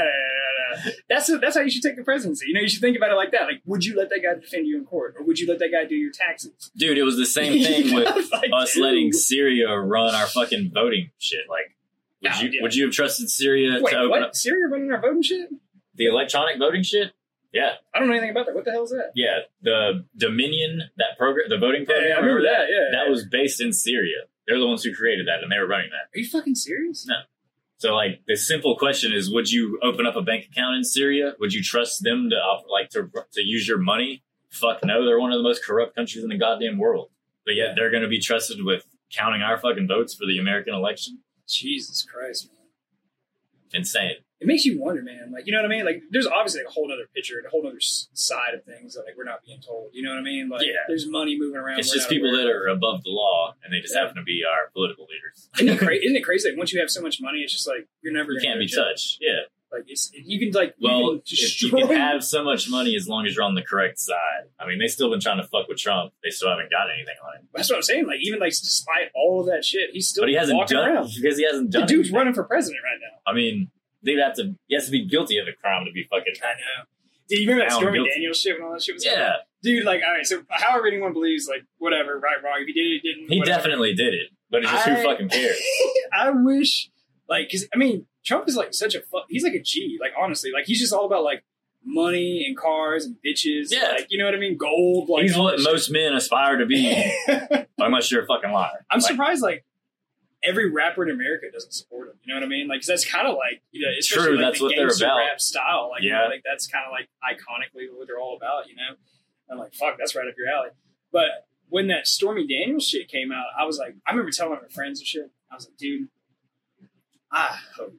nah, nah. That's, that's how you should take the presidency. You know, you should think about it like that. Like, would you let that guy defend you in court? Or would you let that guy do your taxes?
Dude, it was the same thing with
I was like,
us letting
dude.
Syria run our fucking voting shit. Like, would
Yeah,
you
Oh, yeah.
would you have trusted Syria
Wait,
to open
what?
up
Syria running our voting shit?
the electronic voting shit? Yeah,
I don't know anything about that. What the hell is that?
yeah. The Dominion that program, the voting program.
I remember that. Oh, Yeah,
That was based in Syria. They're the ones who created that, and they were running that.
Are you fucking serious?
So, like, the simple question is: Would you open up a bank account in Syria? Would you trust them to op- like to to use your money? Fuck no. They're one of the most corrupt countries in the goddamn world. But yet they're going to be trusted with counting our fucking votes for the American election.
Jesus Christ, man.
Insane.
it makes you wonder, man. Like, you know what I mean? Like, there's obviously a whole other picture and a whole other s- side of things that, like, we're not being told. You know what I mean? Like,
Yeah.
there's money moving around.
It's
we're
just
not
people
aware
that
of.
are above the law, and they just
Yeah.
happen to be our political leaders.
Isn't it, cra- isn't it crazy? Like, once you have so much money, it's just like, you're never
You
gonna
can't
go
be
to jail.
touched. Yeah.
Like, it's, you can, like, you
Well,
can
if you
destroy
can have so much money as long as you're on the correct side. I mean, they've still been trying to fuck with Trump. They still haven't got anything on him.
That's what I'm saying. Like, even, like, despite all of that shit, he's still
But he hasn't
walking
done
around.
because he hasn't
The
done.
dude's
anything.
running for president right now.
I mean, they'd have to. He has to be guilty of a crime to be fucking.
I know. Dude, you remember that
Now I'm
Stormy
guilty.
Daniels shit when all that shit was
Yeah,
Dude, like, all right, so however anyone believes, like, whatever, right, wrong. If he did it, he didn't.
he
whatever.
definitely did it. But it's just
I-
who fucking cares.
I wish, like, because I mean, Trump is like such a fu- he's like a G. Like, honestly, like he's just all about like money and cars and bitches.
Yeah.
like you know what I mean. Gold. Like
He's
all
what
this
most men aspire to be,
shit.
unless you're a fucking liar.
I'm
Like,
surprised, like. Every rapper in America doesn't support him. You know what I mean? Like 'cause that's kind of like, you know, especially
True,
like
that's
the
what they're
gangster
about.
rap style. Like, you know,
Yeah.
like that's kind of like iconically what they're all about. You know, I'm like, fuck, that's right up your alley. But when that Stormy Daniels shit came out, I was like, I remember telling my friends and shit. I was like, dude, I hope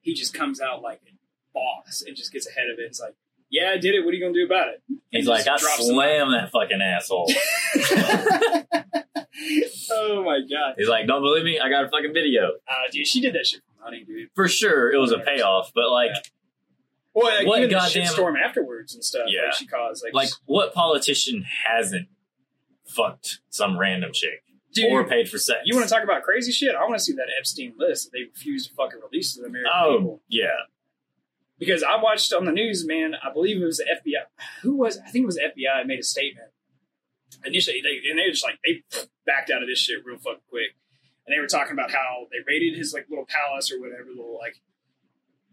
he just comes out like a boss and just gets ahead of it. It's like, yeah, I did it. What are you gonna do about it?
He's
And
like, I
just drops the
slam that fucking asshole.
oh my god,
He's like, don't believe me? I got a fucking video.
uh, dude, she did that shit for money, dude.
For sure, it was a payoff, but like,
Well, like,
What
even
goddamn-
the shitstorm afterwards and stuff.
Yeah.
like she caused like,
like what politician hasn't fucked some random chick
dude.
or paid for sex?
you want to talk about crazy shit? I want to see that Epstein list that they refused to fucking release to the American people.
Oh yeah,
because I watched on the news, man. I believe it was the FBI. Who was? I think it was the FBI made a statement. Initially, they and they were just like they backed out of this shit real fucking quick, and they were talking about how they raided his like little palace or whatever, little like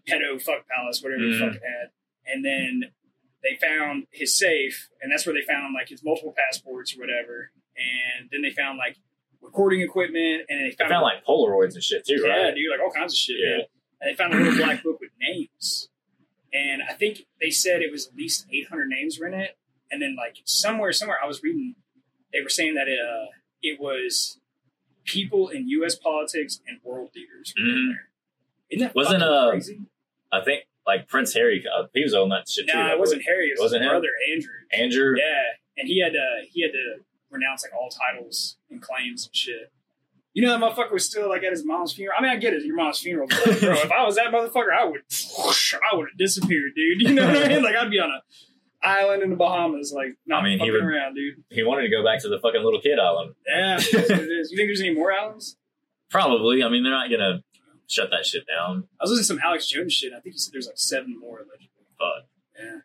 pedo fuck palace, whatever he
Mm.
fucking had, and then they found his safe, and that's where they found like his multiple passports or whatever, and then they found like recording equipment, and they
I
found,
found like Polaroids and shit too,
yeah,
right?
dude, like all kinds of shit.
Yeah.
Yeah. And they found a little black book with names. And I think they said it was at least 800 names were in it. And then, like, somewhere, somewhere I was reading, they were saying that it, uh, it was people in U.S. politics and world leaders were in
Mhm.
there. Isn't that
Wasn't,
fucking
uh,
crazy?
I think like Prince Harry, uh, he was on that shit too.
No, it
right?
wasn't Harry. It was
wasn't
his
him?
brother, Andrew.
Andrew.
Yeah, and he had to he had to renounce like all titles and claims and shit. You know that motherfucker was still like at his mom's funeral. I mean, I get it, your mom's funeral, but like, bro. if I was that motherfucker, I would I would have disappeared, dude. You know what I mean? Like I'd be on a island in the Bahamas, like not
I mean, he
fucking
would-
around, dude.
He wanted to go back to the fucking little kid island.
Yeah, that's what it is. You think there's any more islands?
Probably. I mean, they're not gonna shut that shit down.
I was listening to some Alex Jones shit. and I think he said there's like seven more allegedly.
Fuck.
Yeah.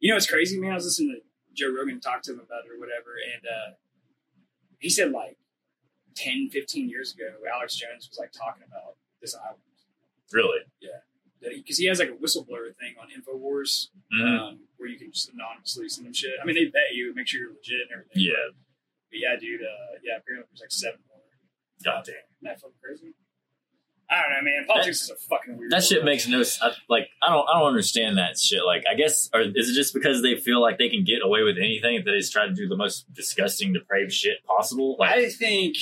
You know what's crazy, man? I was listening to Joe Rogan talk to him about it or whatever, and uh, he said like 10, 15 years ago, Alex Jones was like talking about this island.
Really.
Because he has like a whistleblower thing on InfoWars
Mhm.
um, where you can just anonymously send them shit. I mean, they bet you, make sure you're legit and everything.
Yeah.
But yeah, dude, uh, yeah, apparently there's like seven more.
God damn.
Isn't that fucking crazy? I don't know, man. Politics is a fucking weird
That shit
world.
makes no s- I, like I don't I don't understand that shit. Like I guess or is it just because they feel like they can get away with anything that they just try to do the most disgusting depraved shit possible? Like
I think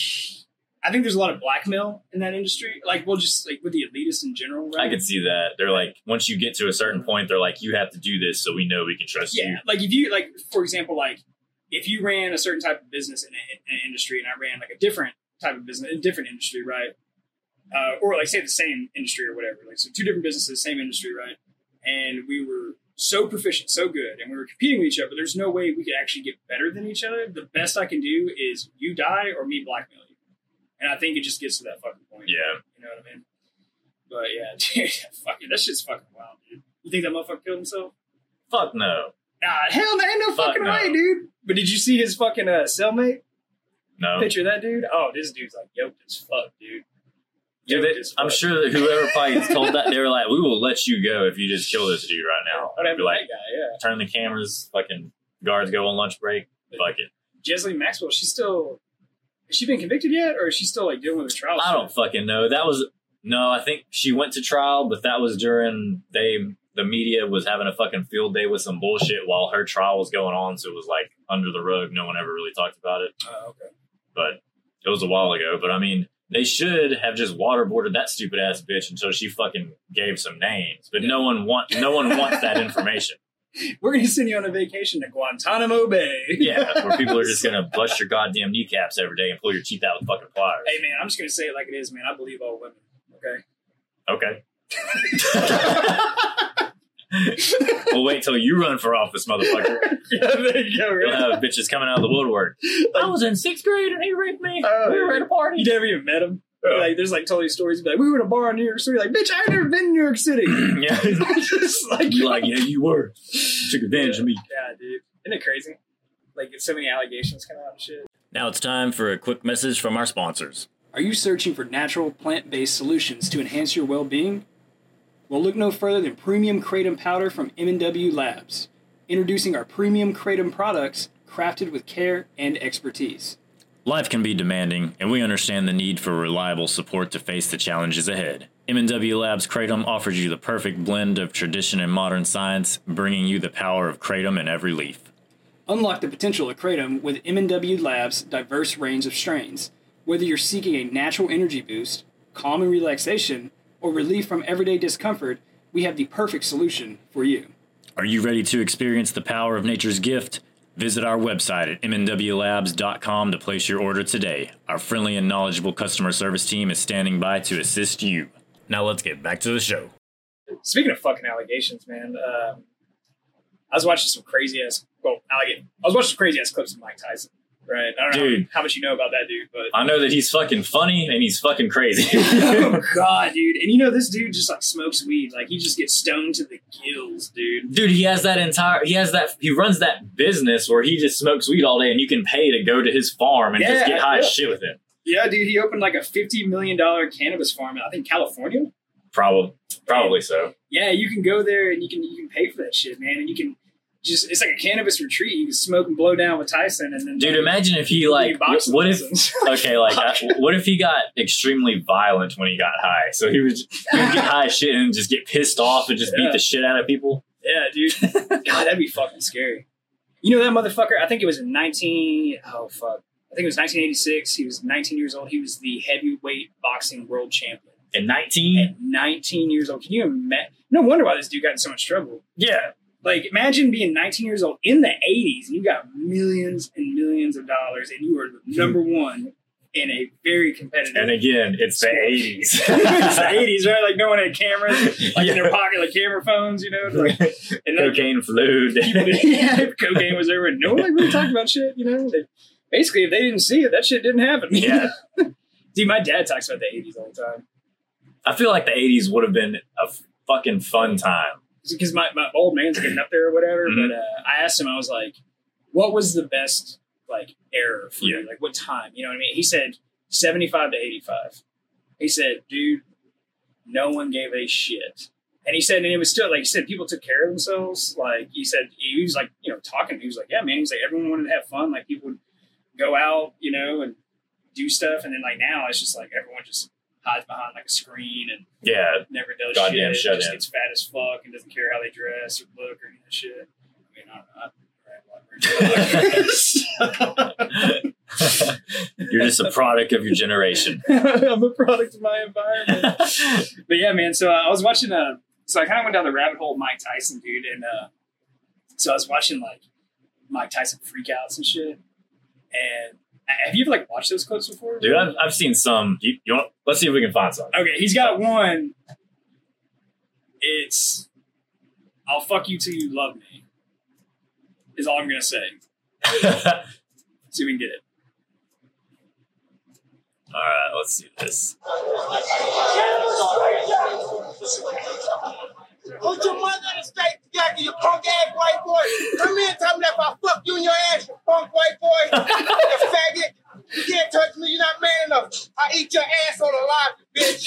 I think there's a lot of blackmail in that industry. Like, well, just like with the elitists in general, right?
I could see that. They're like once you get to a certain point they're like you have to do this so we know we can trust
yeah.
you.
Like if you like, for example, like if you ran a certain type of business in, a, in an industry, and I ran like a different type of business, a different industry, right? uh, or like say the same industry or whatever. Like so, two different businesses, same industry, right? And we were so proficient, so good, and we were competing with each other. There's no way we could actually get better than each other. The best I can do is you die or me blackmail you. And I think it just gets to that fucking point.
Yeah.
You know what I mean? But yeah, dude, fucking that shit's fucking wild, dude. You think that motherfucker killed himself?
Fuck no.
Nah, hell, there ain't no
Fuck
fucking
no.
way, dude. But did you see his fucking uh, cellmate?
No.
Picture that dude. Oh, this dude's like yoked as fuck, dude.
Dude,
Yoked
they-
as
I'm
fuck.
sure that whoever probably told that, they were like, we will let you go if you just kill this dude right now.
What happened
Be
to
like,
Oh, that guy? Yeah.
turn the cameras, fucking guards go on lunch break. Fuck it.
Jesleen Maxwell, she's still has she been convicted yet, or is she still like dealing with the trial?
I don't fucking know. That was no. I think she went to trial, but that was during they the media was having a fucking field day with some bullshit while her trial was going on. So it was like under the rug. No one ever really talked about it,
Oh, okay.
but it was a while ago. But I mean, they should have just waterboarded that stupid ass bitch until she fucking gave some names. But no one want no one wants that information.
We're gonna send you on a vacation to Guantanamo Bay.
Yeah, where people are just gonna bust your goddamn kneecaps every day and pull your teeth out with fucking pliers.
Hey man, I'm just gonna say it like it is, man. I believe all women. Okay.
Okay. we'll wait till you run for office, motherfucker.
yeah, there you go.
You'll
Right?
have bitches coming out of the woodwork.
I
was in sixth grade and he raped me.
Oh, We were at
a party.
You never even met him.
Yeah.
Like there's like totally stories. Be like we were at a bar in New York City. Like bitch, I've never been to New York City.
Yeah.
just like
You're like, yeah, you were. Took advantage of me.
Yeah, dude. Isn't it crazy? Like so many allegations come out and shit.
Now it's time for a quick message from our sponsors.
Are you searching for natural plant based solutions to enhance your well being? Well, look no further than Premium Kratom Powder from M&W Labs, introducing our premium Kratom products crafted with care and expertise.
Life can be demanding, and we understand the need for reliable support to face the challenges ahead. M&W Labs Kratom offers you the perfect blend of tradition and modern science, bringing you the power of Kratom in every leaf.
Unlock the potential of Kratom with M&W Labs' diverse range of strains. Whether you're seeking a natural energy boost, calm and relaxation, or relief from everyday discomfort, we have the perfect solution for you.
Are you ready to experience the power of nature's gift? Visit our website at mnwlabs.com to place your order today. Our friendly and knowledgeable customer service team is standing by to assist you. Now let's get back to the show.
Speaking of fucking allegations, man, um, I was watching some crazy ass well, alligator. I was watching some crazy ass clips of Mike Tyson. Right, I don't know
Dude.
how much you know about that dude, but
I know that he's fucking funny and he's fucking crazy.
oh god, dude! And you know this dude just like smokes weed, like he just gets stoned to the gills, dude.
Dude, he has that entire he has that he runs that business where he just smokes weed all day and you can pay to go to his farm and
Yeah,
just get high
yeah.
as shit with him.
Yeah, dude, he opened like a fifty million dollar cannabis farm, in, I think California.
Probably probably so.
Yeah, you can go there and you can you can pay for that shit, man, and you can just it's like a cannabis retreat. You can smoke and blow down with Tyson, and then
Dude, imagine if he like what,
boxing
what if
lessons.
okay, like I, what if he got extremely violent when he got high? So he was he would get high as shit and just get pissed off and just
Yeah.
beat the shit out of people.
Yeah, dude. God, that'd be fucking scary. You know that motherfucker? I think it was in 19. Oh, fuck. I think it was 1986. He was 19 years old. He was the heavyweight boxing world champion.
At nineteen,
At 19 years old. Can you imagine? No wonder why this dude got in so much trouble.
yeah,
Like, imagine being 19 years old in the 80s and you got millions and millions of dollars and you were number one in a very competitive.
and again, it's the eighties.
it's the 80s, right? Like, no one had cameras like in their
Yeah.
pocket, like camera phones, you know? Like, and then-
Cocaine flew.
people
dude.
did- yeah, if cocaine was everywhere. No one really talked about shit, you know? They, basically, if they didn't see it, that shit didn't happen.
yeah,
Dude, my dad talks about the 80s all the time.
I feel like the eighties would have been a fucking fun time.
Because my, my old man's getting up there or whatever.
Mhm.
But uh, I asked him, I was like, what was the best, like, error for you?
Yeah.
Like, what time? You know what I mean? He said 75 to 85. He said, dude, no one gave a shit. And he said, and it was still like he said, people took care of themselves. Like he said, he was like, you know, talking. He was like, yeah, man. He was like, everyone wanted to have fun. Like people would go out, you know, and do stuff. And then like now, it's just like everyone just hides behind like a screen and
Yeah,
never does
Goddamn
shit.
shut
just
in.
gets fat as fuck and doesn't care how they dress or look or any of that shit. I mean, I don't know. I'm-
you're just a product of your generation.
I'm a product of my environment. but yeah, man. So I was watching uh So I kind of went down the rabbit hole, of Mike Tyson, dude, and uh, so I was watching like Mike Tyson freakouts and shit, and Have you ever like watched those clips before?
Dude, I've, I've seen some. You, you want, let's see if we can find some.
Okay, he's got one. It's I'll fuck you till you love me. Is all I'm gonna say. See if we can get it.
All right, let's see this.
Put your mother in the state together, you punk ass white boy. Come here and tell me that if I fuck you in your ass, you punk white boy. You faggot. You can't touch me, you're not man enough. I eat your ass on alive, you bitch.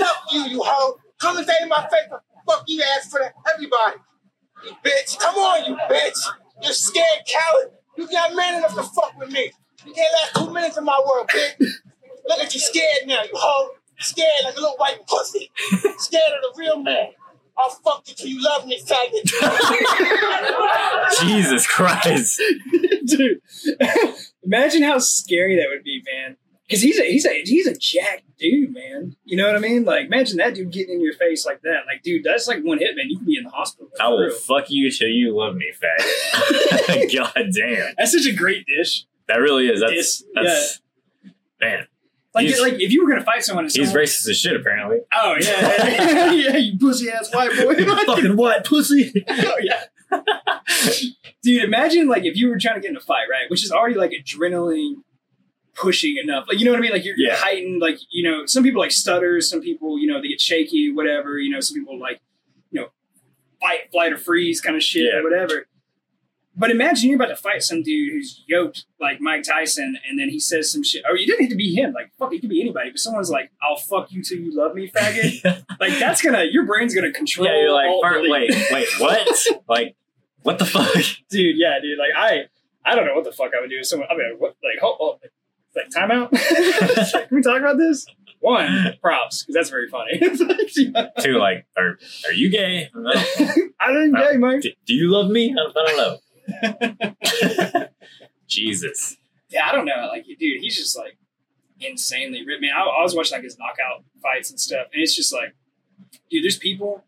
fuck you, you hoe. Come and say in my face, fuck you ass for that. Everybody. You bitch. Come on, you bitch. You scared coward. You got man enough to fuck with me. You can't last two minutes in my world, bitch. Look at you scared now, you hoe. Scared like a little white pussy. Scared of the real man. I'll fuck you till you love me, faggot.
Jesus Christ.
dude. imagine how scary that would be, man. Because he's a he's a he's a jack dude, man. You know what I mean? Like, imagine that dude getting in your face like that. Like, dude, that's like one hit, man. You can be in the hospital.
I will
For real.
fuck you till you love me, faggot. God damn.
That's such a great dish.
That really is. That's,
It's-
that's man.
Like,
He's-
like if you were gonna fight someone, and
He's
someone-
racist as shit, apparently.
Oh yeah, yeah, you pussy ass white boy.
Fucking what, pussy?
oh yeah. Dude, imagine like if you were trying to get in a fight, right? Which is already like adrenaline pushing enough. Like you know what I mean? Like you're
Yeah.
heightened, like you know, some people like stutter, some people, you know, they get shaky, whatever, you know, some people like, you know, fight, flight or freeze kind of shit
Yeah.
or whatever. But imagine you're about to fight some dude who's yoked like Mike Tyson, and then he says some shit. Or you didn't have to be him. Like fuck, it could be anybody. But someone's like, "I'll fuck you till you love me, faggot." like that's gonna your brain's gonna control.
Yeah, you're like,
alt,
"Fir-
delete."
wait, wait, what? like, what the fuck?
dude, yeah, dude. Like I, I don't know what the fuck I would do. If someone, I mean, what, like, hold, hold, like timeout. Can we talk about this? One props because that's very funny.
Two, like, are are you gay? I don't know.
I didn't get Mike.
Do, do you love me? I don't, I don't know. Jesus.
Yeah, I don't know. Like, dude, he's just like insanely ripped. Man, I, I was watching like his knockout fights and stuff, and it's just like, dude, there's people.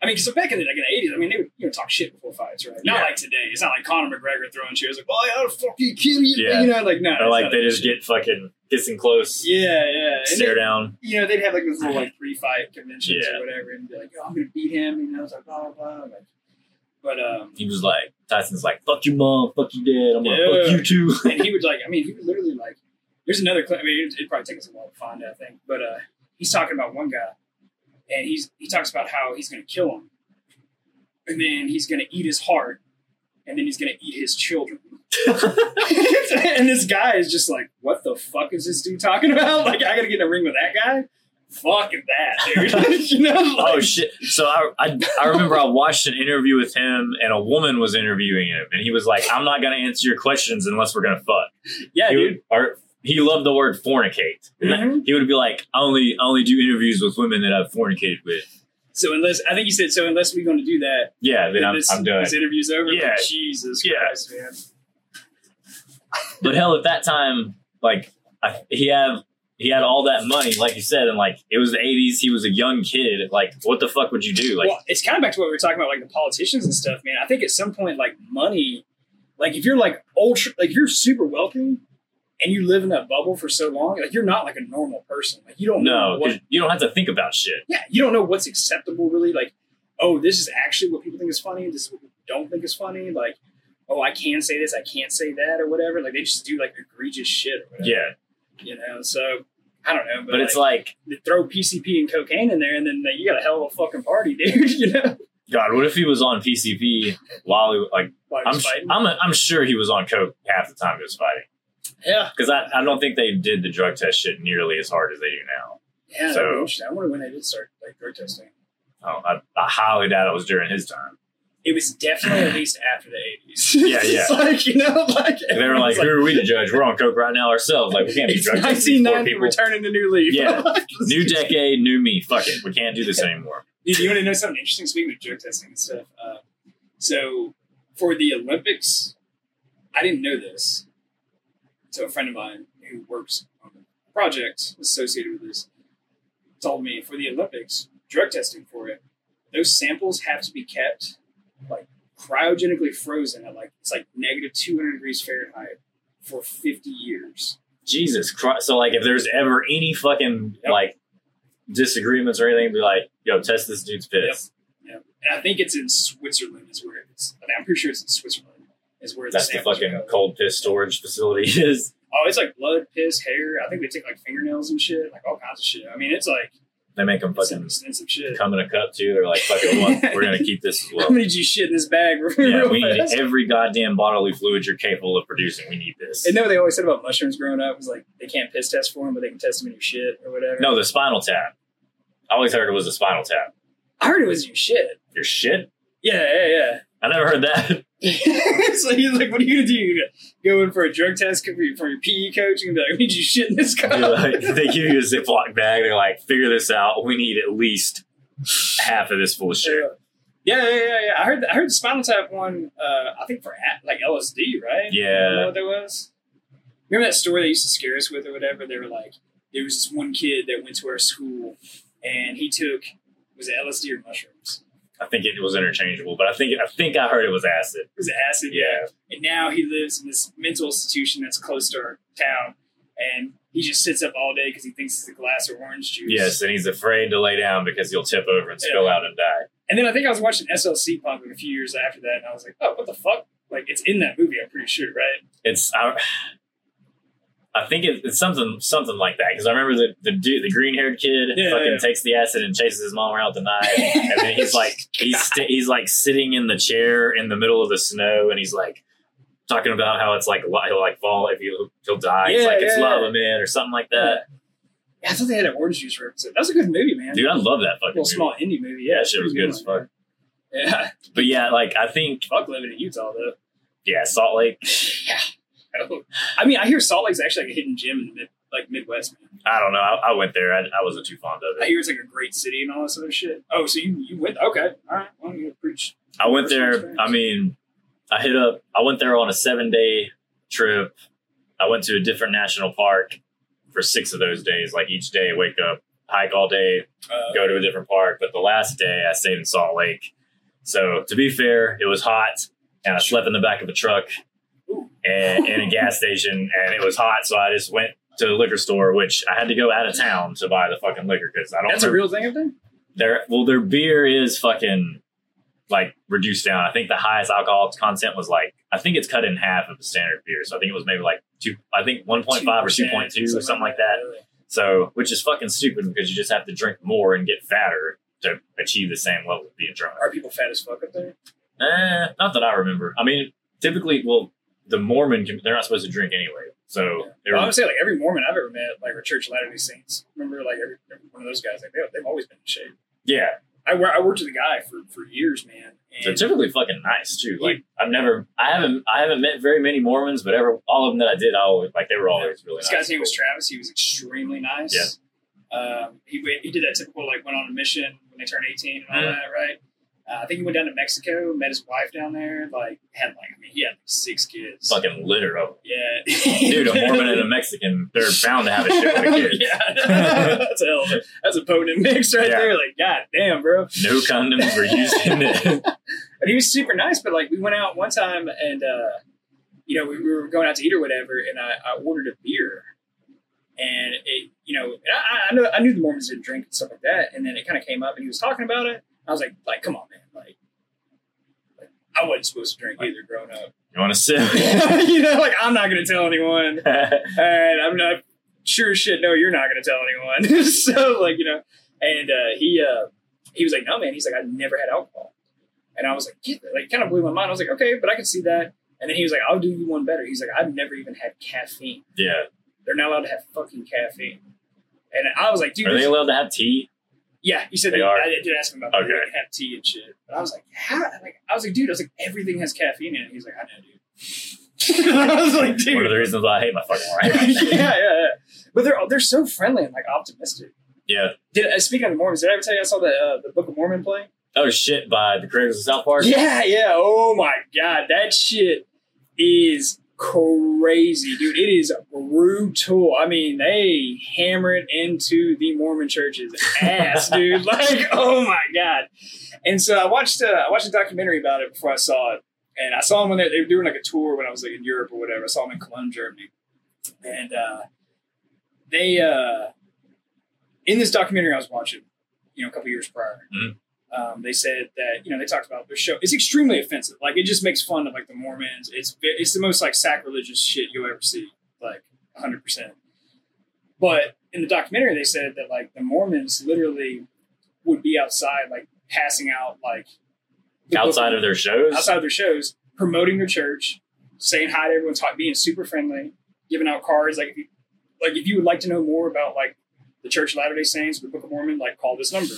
I mean, so back in the like in the eighties, I mean, they would you know talk shit before fights, right? Not
Yeah.
like today. It's not like Conor McGregor throwing chairs like, "Oh, I'll fucking kill you."
Yeah.
You know, like no,
Or
it's
like
not
they
that
just
shit.
get fucking kissing close,
yeah, yeah. And
stare down.
you know, they'd have like this little like pre-fight conventions
Yeah.
or whatever, and be like, "Oh, I'm gonna beat him," you know, it's like blah blah blah. Like, but um,
He was like, Tyson's like, fuck you, mom, fuck you, dad, I'm gonna fuck
Yeah.
you too.
and he would like, I mean, he would literally like, there's another clip. I mean, it'd, it'd probably take us a while to find, I think, but uh, he's talking about one guy, and he's he talks about how he's gonna kill him, and then he's gonna eat his heart, and then he's gonna eat his children. and this guy is just like, what the fuck is this dude talking about? Like, I gotta get in a ring with that guy. Fuck that, dude. you know, like,
oh shit! So I, I I remember I watched an interview with him, and a woman was interviewing him, and he was like, "I'm not gonna answer your questions unless we're gonna fuck."
yeah,
he,
dude.
would- or he loved the word fornicate.
Mhm.
He would be like, I only I only do interviews with women that I've fornicated with.
So unless I think he said so, unless we're going to do that,
Yeah, then I'm,
this,
I'm done.
This interview's over.
Yeah.
Jesus
Yeah.
Christ, man.
But hell, at that time, like I, he had he had all that money, like you said, and like it was the '80s. He was a young kid. Like, what the fuck would you do? Like,
well, it's kind of back to what we were talking about, like the politicians and stuff, man. I think at some point, like money, like if you're like ultra, like you're super wealthy, and you live in that bubble for so long, like you're not like a normal person. Like you don't know
no,
what
'cause you don't have to think about shit.
yeah, you don't know what's acceptable really. Like, oh, this is actually what people think is funny. This is what people don't think is funny. Like, oh, I can say this, I can't say that, or whatever. Like, they just do like egregious shit, or whatever,
Yeah,
you know. So I don't know, but,
but it's like,
they throw PCP and cocaine in there, and then like, you got a hell of a fucking party, dude. You know,
God, what if he was on PCP while he like
while
I'm
he's fighting.
I'm I'm sure he was on coke half the time he was fighting
yeah,
because I I don't think they did the drug test shit nearly as hard as they do now.
yeah.
So-
that'd be interesting. I wonder when they did start like drug testing.
Oh, I, I highly doubt it was during his time.
It was definitely at least after the eighties.
Yeah, yeah.
like you know, like
And they were like,
everyone's
"Who are we to judge? We're on coke right now ourselves. Like, we can't be
it's
drug testing these poor
1990
people.
returning to new leaf.
Yeah.
Like,
New decade, new me. Fuck it, we can't do this anymore."
Dude, you want to know something interesting? Speaking of drug testing and stuff, uh, so for the Olympics, I didn't know this. So a friend of mine who works on a project associated with this told me for the Olympics, drug testing for it, those samples have to be kept like cryogenically frozen at like it's like negative 200 degrees Fahrenheit for 50 years.
Jesus Christ. So like, if there's ever any fucking
Yep.
like disagreements or anything, be like, yo, test this dude's piss.
You know? And I think it's in Switzerland is where it's. I mean, I'm pretty sure it's in Switzerland is where
That's the
the, samples are
fucking
going.
cold piss storage facility is.
Oh, it's like blood, piss, hair. I think they take like fingernails and shit, like all kinds of shit. I mean, it's like
They make them
some
fucking
extensive shit.
come in a cup too. They're like, fucking, well, we're gonna keep this as
I
well.
need you shit in this bag. Real
Yeah, we need
fast.
every goddamn bodily fluid you're capable of producing. We need this.
And then what they always said about mushrooms growing up was like they can't piss test for them, but they can test them in your shit or whatever.
No, the spinal tap. I always heard it was a spinal tap.
I heard it was your shit.
Your shit?
Yeah, yeah,
I never heard that.
yeah. so he's like, "What are you gonna do? You gonna go in for a drug test for your, for your PE coach and be like, we need you shit in this cup?"
They're like, they give you a Ziploc bag. They're like, figure this out. We need at least half of this full of shit.
Yeah, yeah, yeah, yeah. I heard the, I heard the Spinal Tap one. Uh, I think for at- like LSD, right? You know
Yeah.
what that was? Remember that story they used to scare us with or whatever? They were like, there was this one kid that went to our school and he took was it LSD or mushrooms?
I think it was interchangeable, but I think I think I heard it was acid.
It was acid,
Yeah.
And now he lives in this mental institution that's close to our town, and he just sits up all day because he thinks it's a glass of orange juice.
Yes, and he's afraid to lay down because he'll tip over and spill
Yeah.
out and die.
And then I think I was watching SLC punk a few years after that, and I was like, oh, what the fuck? Like it's in that movie, I'm pretty sure, right?
It's I, I think it, it's something something like that because I remember the the dude, the green haired kid
Yeah,
fucking
yeah.
takes the acid and chases his mom around with the knife. and then he's like he's st- he's like sitting in the chair in the middle of the snow and he's like talking about how it's like li- he'll like fall if you he'll die it's
Yeah,
like it's
yeah,
lava man or something like that
I thought they had an orange juice represent. That was a good movie, man.
dude i love that
a
fucking
little
movie.
small indie movie.
Yeah,
Yeah,
shit
pretty
was good as
one. Yeah,
but yeah like i think
fuck living in Utah though.
yeah salt lake
yeah, I mean, I hear Salt Lake's actually like a hidden gem in the mid, like Midwest, man.
i don't know i, I went there I, I wasn't too fond of
I
it
hear it's like a great city and all this other shit. Oh, so you you went? Okay, all right. Well, I'm gonna preach.
i went
Personal
there
experience.
i mean i hit up i went there on a seven day trip i went to a different national park for six of those days like each day wake up hike all day
Uh,
go to a different park. But the last day I stayed in Salt Lake. So to be fair, it was hot and I slept in the back of a truck
Ooh.
and in a gas station and it was hot. So I just went to the liquor store, which I had to go out of town to buy the fucking liquor because I don't
That's a real thing up there.
their well their beer is fucking like reduced down. I think the highest alcohol content was like I think it's cut in half of the standard beer. So I think it was maybe like two I think one point five or two
2%,
point two or something like that. So, which is fucking stupid because you just have to drink more and get fatter to achieve the same level of being drunk.
Are people fat as fuck up there?
Eh, not that I remember. I mean, typically, well, the Mormon com- they're not supposed to drink anyway. So, they
Well, I
were,
would say like every Mormon I've ever met, like our Church of Latter Day Saints. Remember, like every, every one of those guys, like they, they've always been in shape.
yeah,
I, wor- I worked with a guy for for years, man.
they're
And
typically fucking nice too. Like I've never, I haven't, I haven't met very many Mormons, but ever all of them that I did, I always like they were always really
This
nice.
guy's name was Travis. He was extremely nice. Um, he went- he did that typical like went on a mission when they turn eighteen and all
Mhm.
that, right? Uh, I think he went down to Mexico, met his wife down there. Like had like I mean he had like six kids.
fucking litter of
Yeah,
dude. A Mormon and a Mexican, they're bound to have a shit with a kid.
yeah, that's a hell of a, that's a potent mix right
Yeah.
there. Like, god damn, bro.
No condoms were used in it.
And he was super nice, but like we went out one time and uh, you know we, we were going out to eat or whatever, and I, I ordered a beer, and it you know and I, I know I knew the Mormons didn't drink and stuff like that, and then it kind of came up and he was talking about it. I was like, like come on, man, like, like, I wasn't supposed to drink either growing up,
You want to sip?
you know, like I'm not gonna tell anyone, and I'm not sure as shit. No, you're not gonna tell anyone. so like you know, and uh, he uh, he was like, no, man. He's like, I never had alcohol. And I was like, get that. like, kind of blew my mind. I was like, okay, but I can see that. And then he was like, I'll do you one better. He's like, I've never even had caffeine.
yeah.
They're not allowed to have fucking caffeine. And I was like, dude,
Are they
this-
allowed to have tea?
yeah, he said
They
that-
are?
I did ask him about that.
Okay.
They can have tea and shit. But I was like, how? Like, I was like, dude, I was like, everything has caffeine in it. He's like, I know, dude. I was like, dude,
One of the reasons why I hate my fucking
yeah,
wife.
yeah, yeah. But they're they're so friendly and like optimistic.
yeah.
Did uh, speaking of the Mormons, did I ever tell you I saw the uh, the Book of Mormon play?
Oh shit! By the creators of South Park.
Yeah, yeah. Oh my god, that shit is crazy, dude. It is brutal. I mean, they hammer it into the Mormon church's ass, dude. Like, oh my god. And so I watched uh, I watched a documentary about it before I saw it, And I saw him when they, they were doing like a tour when I was like in Europe or whatever. I saw him in Cologne, Germany. And uh, they, uh, in this documentary I was watching, you know, a couple years prior,
Mhm.
um, they said that, you know, they talked about their show. It's extremely offensive. Like, it just makes fun of like the Mormons. It's, ve- it's the most like sacrilegious shit you'll ever see. Like, 100%. But in the documentary, they said that like the Mormons literally would be outside, like passing out, like the book-
outside of their shows.
outside of their shows, promoting their church, saying hi to everyone, talk, being super friendly, giving out cards. Like if you, like if you would like to know more about like the Church of Latter Day Saints, the Book of Mormon, like call this number,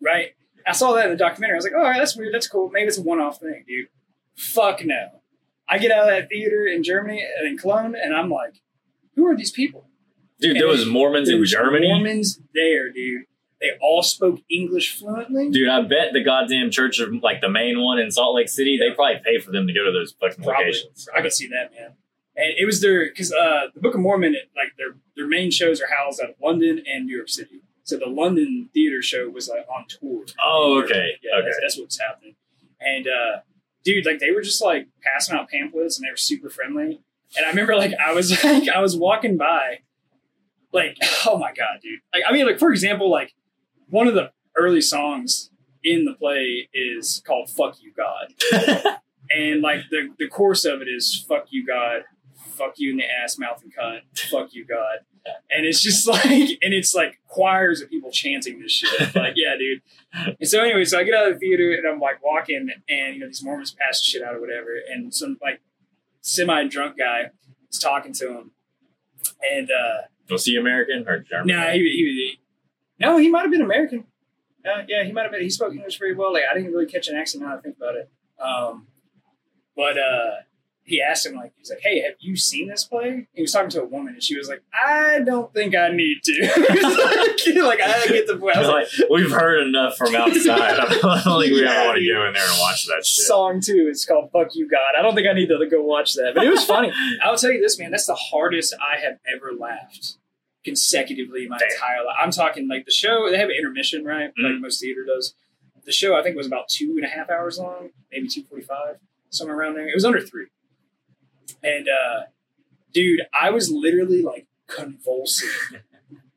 right? I saw that in the documentary. I was like, all right, that's weird. That's cool. Maybe it's a one-off thing, dude. Fuck no. I get out of that theater in Germany and in Cologne, and I'm like, who are these people?
Dude, there was Mormons
There
in
was
Germany.
Mormons there, dude. They all spoke English fluently.
Dude, I bet the goddamn church of like the main one in Salt Lake City, they probably pay for them to go to those fucking
Probably.
locations.
I could see that, man. And it was their because uh, the Book of Mormon, it, like their their main shows are housed out of London and New York City. So the London theater show was like on tour.
Oh, okay,
Yeah,
okay.
That's, that's what was happening. And uh, dude, like they were just like passing out pamphlets, and they were super friendly. And I remember like I was like I was walking by, like oh my god, dude. Like I mean, like for example, like one of the early songs in the play is called "Fuck You, God." And like the, the course of it is fuck you God, fuck you in the ass, mouth and cunt, fuck you God. And it's just like and it's like choirs of people chanting this shit. Like, yeah, dude. And so anyway, so I get out of the theater and I'm like walking and you know, these Mormons pass shit out or whatever, and some like semi drunk guy is talking to him. And uh
Was he American or German?
no, he, he, he no, he might have been American. Uh, yeah, he might have been. He spoke English very well. Like I didn't really catch an accent now that I think about it. Um, but uh, he asked him like he's like, "Hey, have you seen this play?" He was talking to a woman, and she was like, "I don't think I need to." like, I get the point. I was
They're
like,
like, we've heard enough from outside. I don't think we
Yeah,
ever want to
dude.
go in there and watch that shit.
song too. It's called "Fuck You, God." I don't think I need to go watch that, but it was funny. I'll tell you this, man. That's the hardest I have ever laughed consecutively in my
Damn.
entire life. I'm talking like the show. They have an intermission, right? Like
Mhm.
most theater does. The show I think was about two and a half hours long, maybe two forty-five, somewhere around there. It was under three. And uh, dude, I was literally like convulsing,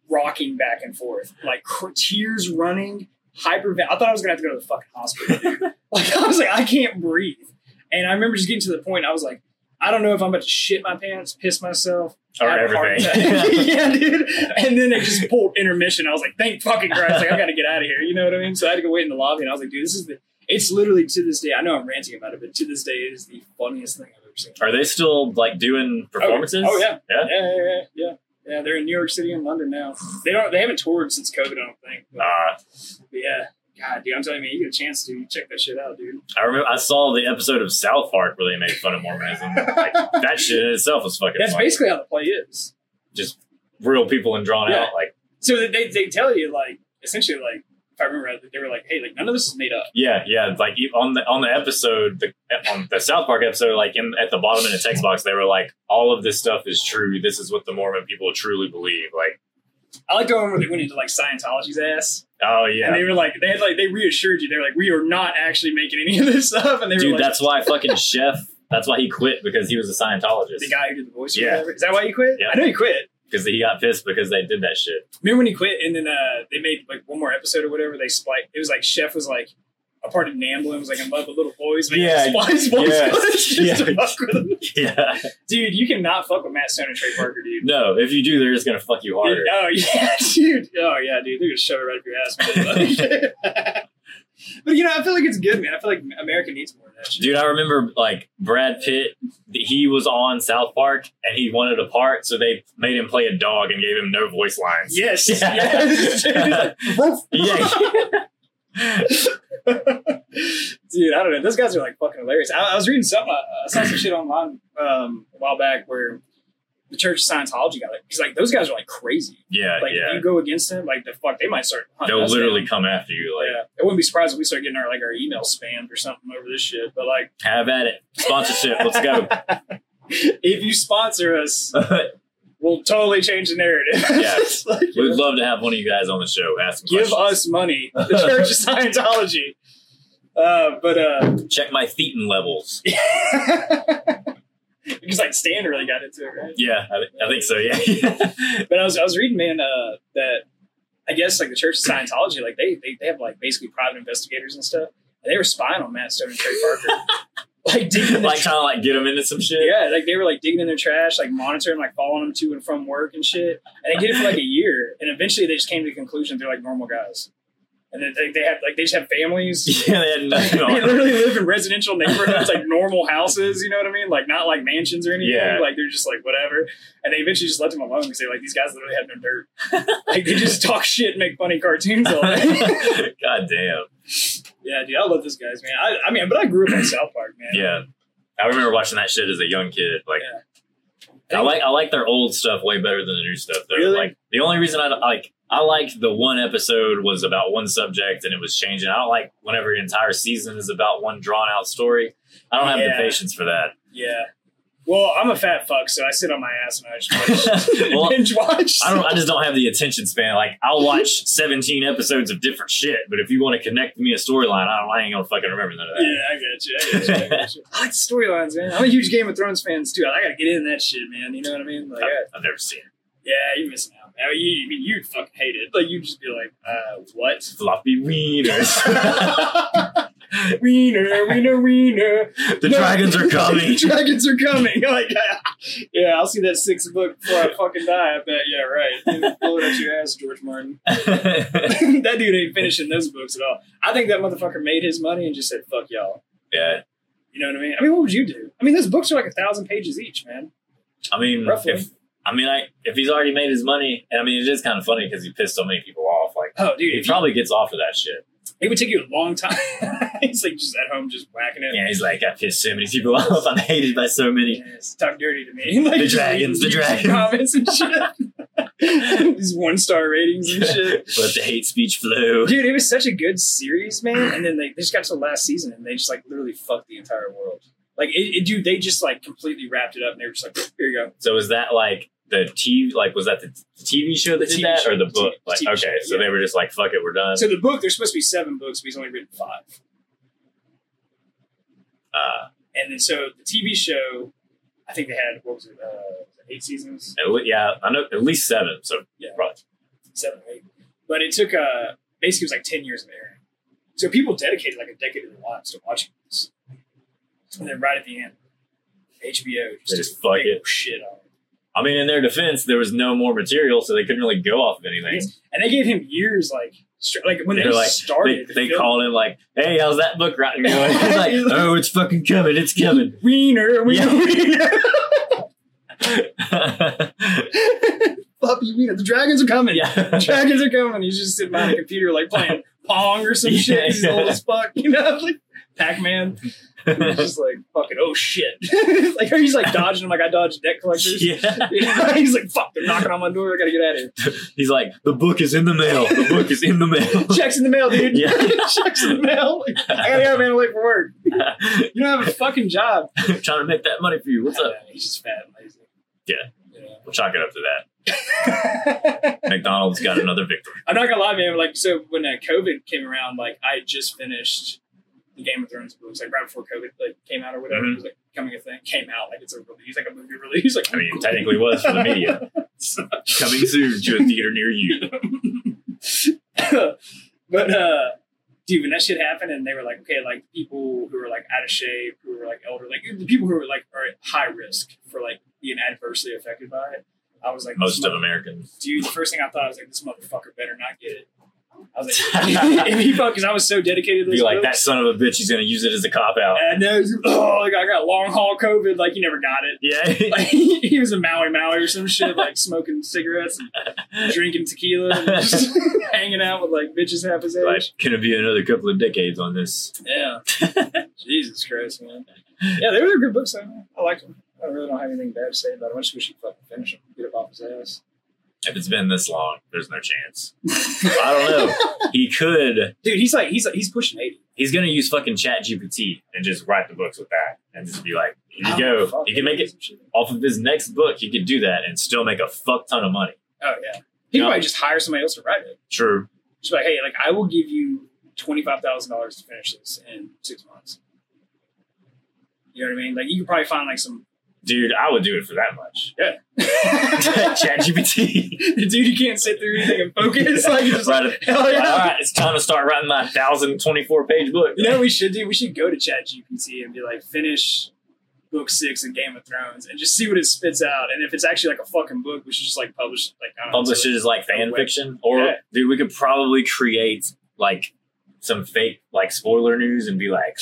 rocking back and forth, like cr- tears running, hypervent. I thought I was gonna have to go to the fucking hospital. Dude. like I was like, I can't breathe. And I remember just getting to the point. I was like, I don't know if I'm about to shit my pants, piss myself,
or
have a heart
everything.
attack. yeah, dude. And then it just pulled intermission. I was like, thank fucking Christ! Like I got to get out of here. You know what I mean? So I had to go wait in the lobby, and I was like, dude, this is the. It's literally to this day. I know I'm ranting about it, but to this day, it is the funniest thing I've ever seen.
Are they still like doing performances?
Oh, yeah.
Yeah.
Yeah, yeah, yeah, yeah. Yeah, they're in New York City and London now. They don't. They haven't toured since COVID. I don't think. But,
Uh,
but yeah, God, dude, I'm telling you, man, you get a chance to check that shit out, dude.
I remember I saw the episode of South Park where they made fun of Mormonism. like, that shit in itself was fucking
That's
funny.
basically how the play is.
real people and drawn
Yeah.
out. Like,
So they- they they tell you like essentially like if I remember right, they were like, hey, like none of this is made up.
yeah, yeah. Like you- on the on the episode, the on the South Park episode, like in at the bottom in the text box, they were like, "All of this stuff is true. This is what the Mormon people truly believe." Like,
I like the one where they went into like Scientology's ass,
oh
and
yeah,
they were like, they had like they reassured you, they were like, we are not actually making any of this up, and they
dude.
were like,
that's why fucking Chef. That's why he quit because he was a Scientologist.
the guy who did the voice. or
Yeah.
whatever. is that why you quit?
Yeah.
I know you quit.
Because he got pissed because they did that shit.
Remember when he quit and then uh, they made like one more episode or whatever? They split. It was like Chef was like a part of Nambla and was like in love with little boys. Like,
Yeah,
Spice Boys
yeah,
just to
yeah.
fuck with him.
Yeah.
Dude, you cannot fuck with Matt Stone and Trey Parker, dude.
No, if you do, they're just gonna fuck you harder.
Dude, oh yeah, dude. Oh yeah, dude. They're gonna shove it right up your ass. man. but you know, I feel like it's good, man. I feel like America needs more of that shit.
Dude, I remember like Brad Pitt. He was on South Park and he wanted a part, so they made him play a dog and gave him no voice lines.
Yes,
Yeah.
yes.
yeah.
Dude, I don't know. Those guys are like fucking hilarious. I, I was reading something. I, I saw some shit online um, a while back where the Church of Scientology got like, because like those guys are like crazy.
Yeah,
Like if
yeah.
you go against them, like the fuck, they might start. hunting
They'll
us down.
literally come after you. Like,
Yeah, I wouldn't be surprised if we start getting our like our email spammed or something over this shit. But like,
have at it. Sponsorship. Let's go.
if you sponsor us,
We'd
we'll totally change the narrative.
Yeah.
It's like, you know,
love to have one of you guys on the show. Ask some
give
questions.
us money, the Church of Scientology. Uh, but uh,
Check my thetan levels.
because like Stan really got into it, right?
Yeah, I, thi- I think so. Yeah.
But I was I was reading, man, uh, that I guess like the Church of Scientology, like they they, they have like basically private investigators and stuff. And they were spying on Matt Stone and Trey Parker, like digging in the
like trying to like get him into some shit.
Yeah, like they were like digging in their trash, like monitoring, like following them to and from work and shit. And they did it for like a year, and eventually they just came to the conclusion they're like normal guys, and then like they have like they just have families.
Yeah, they had nothing
they
on.
literally live in residential neighborhoods, like normal houses. You know what I mean? Like not like mansions or anything.
Yeah.
Like they're just like whatever. And they eventually just let them alone because they're like these guys literally have no dirt. like they just talk shit, and make funny cartoons all day.
God damn.
yeah, dude, I love those guys, man. I, I mean, but I grew up on South Park, man.
Yeah. I remember watching that shit as a young kid. Like, I like I like their old stuff way better than the new stuff. Though.
Really?
Like the only reason I don't- like I like the one episode was about one subject and it was changing. I don't like whenever an entire season is about one drawn out story. I don't have
Yeah.
the patience for that.
Yeah. Well, I'm a fat fuck, so I sit on my ass and I just watch.
Well,
binge watch.
I don't. I just don't have the attention span. Like I'll watch seventeen episodes of different shit, but if you want to connect me a storyline, I, don't- I ain't gonna fucking remember none of
Yeah,
that.
I got you. I, got you, I, got you. I like storylines, man. I'm a huge Game of Thrones fan too. I gotta get in that shit, man. You know what I mean? Like, I-
I've, I've never seen it.
yeah, you're missing out. man. I mean, you, I mean, you'd fucking hate it. Like, you'd just be like, uh, what?
floppy wieners.
wiener, wiener, wiener.
the dragons are coming.
the dragons are coming. Like, yeah, I'll see that sixth book before I fucking die. I bet. Yeah, right. Blow it up your ass, George Martin. that dude ain't finishing those books at all. I think that motherfucker made his money and just said, fuck y'all.
yeah,
You know what I mean? I mean, what would you do? I mean, those books are like a thousand pages each, man.
I mean,
Roughly.
if I mean, I if he's already made his money, and I mean, it is kind of funny because he pissed so many people off. Like
Oh, dude.
he
If you,
probably gets off of that shit.
it would take you a long time. He's like just at home, just whacking it.
Yeah, he's like, I pissed so many people off. I'm hated by so many.
Yes, talk dirty to me. like,
The dragons, the
just
dragons.
Comments and shit. These one star ratings and shit.
But the hate speech flew.
Dude, it was such a good series, man. And then they, they just got to the last season and they just like literally fucked the entire world. Like, it, it, dude, they just like completely wrapped it up and they were just like, here you go.
So is that like the TV? Like was that the TV show that
The
did
TV
that,
show,
or the
the
book?
TV
Like
show,
okay, so
yeah.
they were just like, fuck it, we're done.
So the book, there's supposed to be seven books, but he's only written five.
Uh,
And then so the TV show, I think they had what was it, uh, was it eight seasons,
at le- yeah, I know at least seven. So
Yeah.
probably
seven or eight. But it took uh, basically it was like ten years of airing. So people dedicated like a decade of their lives to watching this. And then right at the end, HBO just,
They
took
just
a
fuck
big
it.
old shit on it.
I mean, in their defense, there was no more material, so they couldn't really go off of anything.
Yes. And they gave him years, like stra- like when
They
they,
were like,
started,
they, they
the film,
called him like, "Hey, how's that book writing going?" He's like, "Oh, it's fucking coming, it's coming."
Wiener, Wiener,
Yeah.
Wiener,
yeah,
Puppy Wiener. The dragons are coming. Dragons are coming. He's just sitting behind a computer, like playing Pong or some shit. He's
Yeah.
old as fuck, you know, like Pac Man. He's just like fucking oh shit. like he's like dodging them, like I dodged debt collectors.
yeah.
You know, he's like fuck, they're knocking on my door. I gotta get out of here.
He's like, "The book is in the mail. The book is in the mail."
Checks in the mail, dude.
Yeah.
Checks in the mail. Like, I gotta go, man. I'm late for work. You don't have a fucking job.
trying to make that money for you. What's up?
He's just fat and lazy.
Yeah.
Yeah.
We'll chalk it up to that. McDonald's got another victory.
I'm not gonna lie, man. Like, so when uh, COVID came around, like I had just finished the Game of Thrones books, like right before COVID like came out or whatever.
Mhm.
It was like coming a thing, came out like it's a release, like a movie release. Like
I mean, technically was for the media. Coming soon to a theater near you.
but uh, dude, when that shit happened, and they were like, okay, like people who are like out of shape, who were like elder, like the people who were like are at high risk for like being adversely affected by it. I was like, this
Most of
mother-
Americans.
dude, the first thing I thought was like, this motherfucker better not get it. I was like, if he because I was so dedicated to this
Be like,
book.
that son of a bitch, he's going to use it as a cop out.
And then, oh, like I got long haul COVID. Like he never got it.
Yeah.
Like he was in Maui Maui or some shit, like smoking cigarettes and drinking tequila, and just hanging out with like bitches half his age.
like, going to be another couple of decades on this.
Yeah, Jesus Christ, man. Yeah, they were good books. though, man. I liked them. I really don't have anything bad to say about them. I just wish he'd fucking finish them, get up off his ass.
If it's been this long, there's no chance. I don't know. He could.
Dude, he's like he's like, he's pushing eighty.
He's going to use fucking chat GPT and just write the books with that and just be like, here
Oh,
you go.
fuck,
He can
man,
make it
some shit.
off of his next book. He could do that and still make a fuck ton of money.
Oh yeah, he
Yeah.
could probably just hire somebody else to write it.
True.
She's like, hey, like I will give you twenty five thousand dollars to finish this in six months. You know what I mean? Like you could probably find like some
Dude, I would do it for that much.
yeah.
Chat GPT.
Dude, you can't sit through anything and focus. Like you're just like hell yeah.
All right, it's time to start writing my 1,024 page book.
You know what we should do? We should go to Chat GPT and be like, finish book six in Game of Thrones and just see what it spits out. And if it's actually like a fucking book, we should just like publish it, like I don't know,
Publish
so,
it as like fan fiction. Or,
Yeah.
dude, we could probably create like some fake like spoiler news and be like,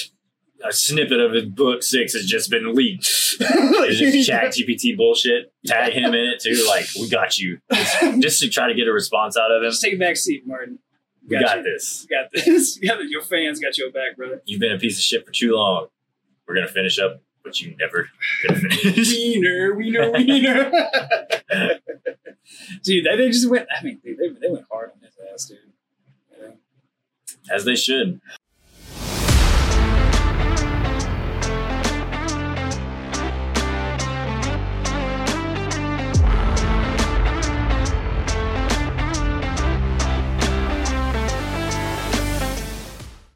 a snippet of his book six has just been leaked. It's just chat GPT bullshit. Tag him in it too. Like, we got you. Just to try to get a response out of him.
Just take a back seat, Martin.
We got
you.
this.
You got this. You got this. Your fans got your back, brother.
You've been a piece of shit for too long. We're gonna finish up what you never could finish.
Wiener, wiener, wiener. dude, they, they just went. I mean, dude, they, they went hard on his ass, dude. You know?
As they should.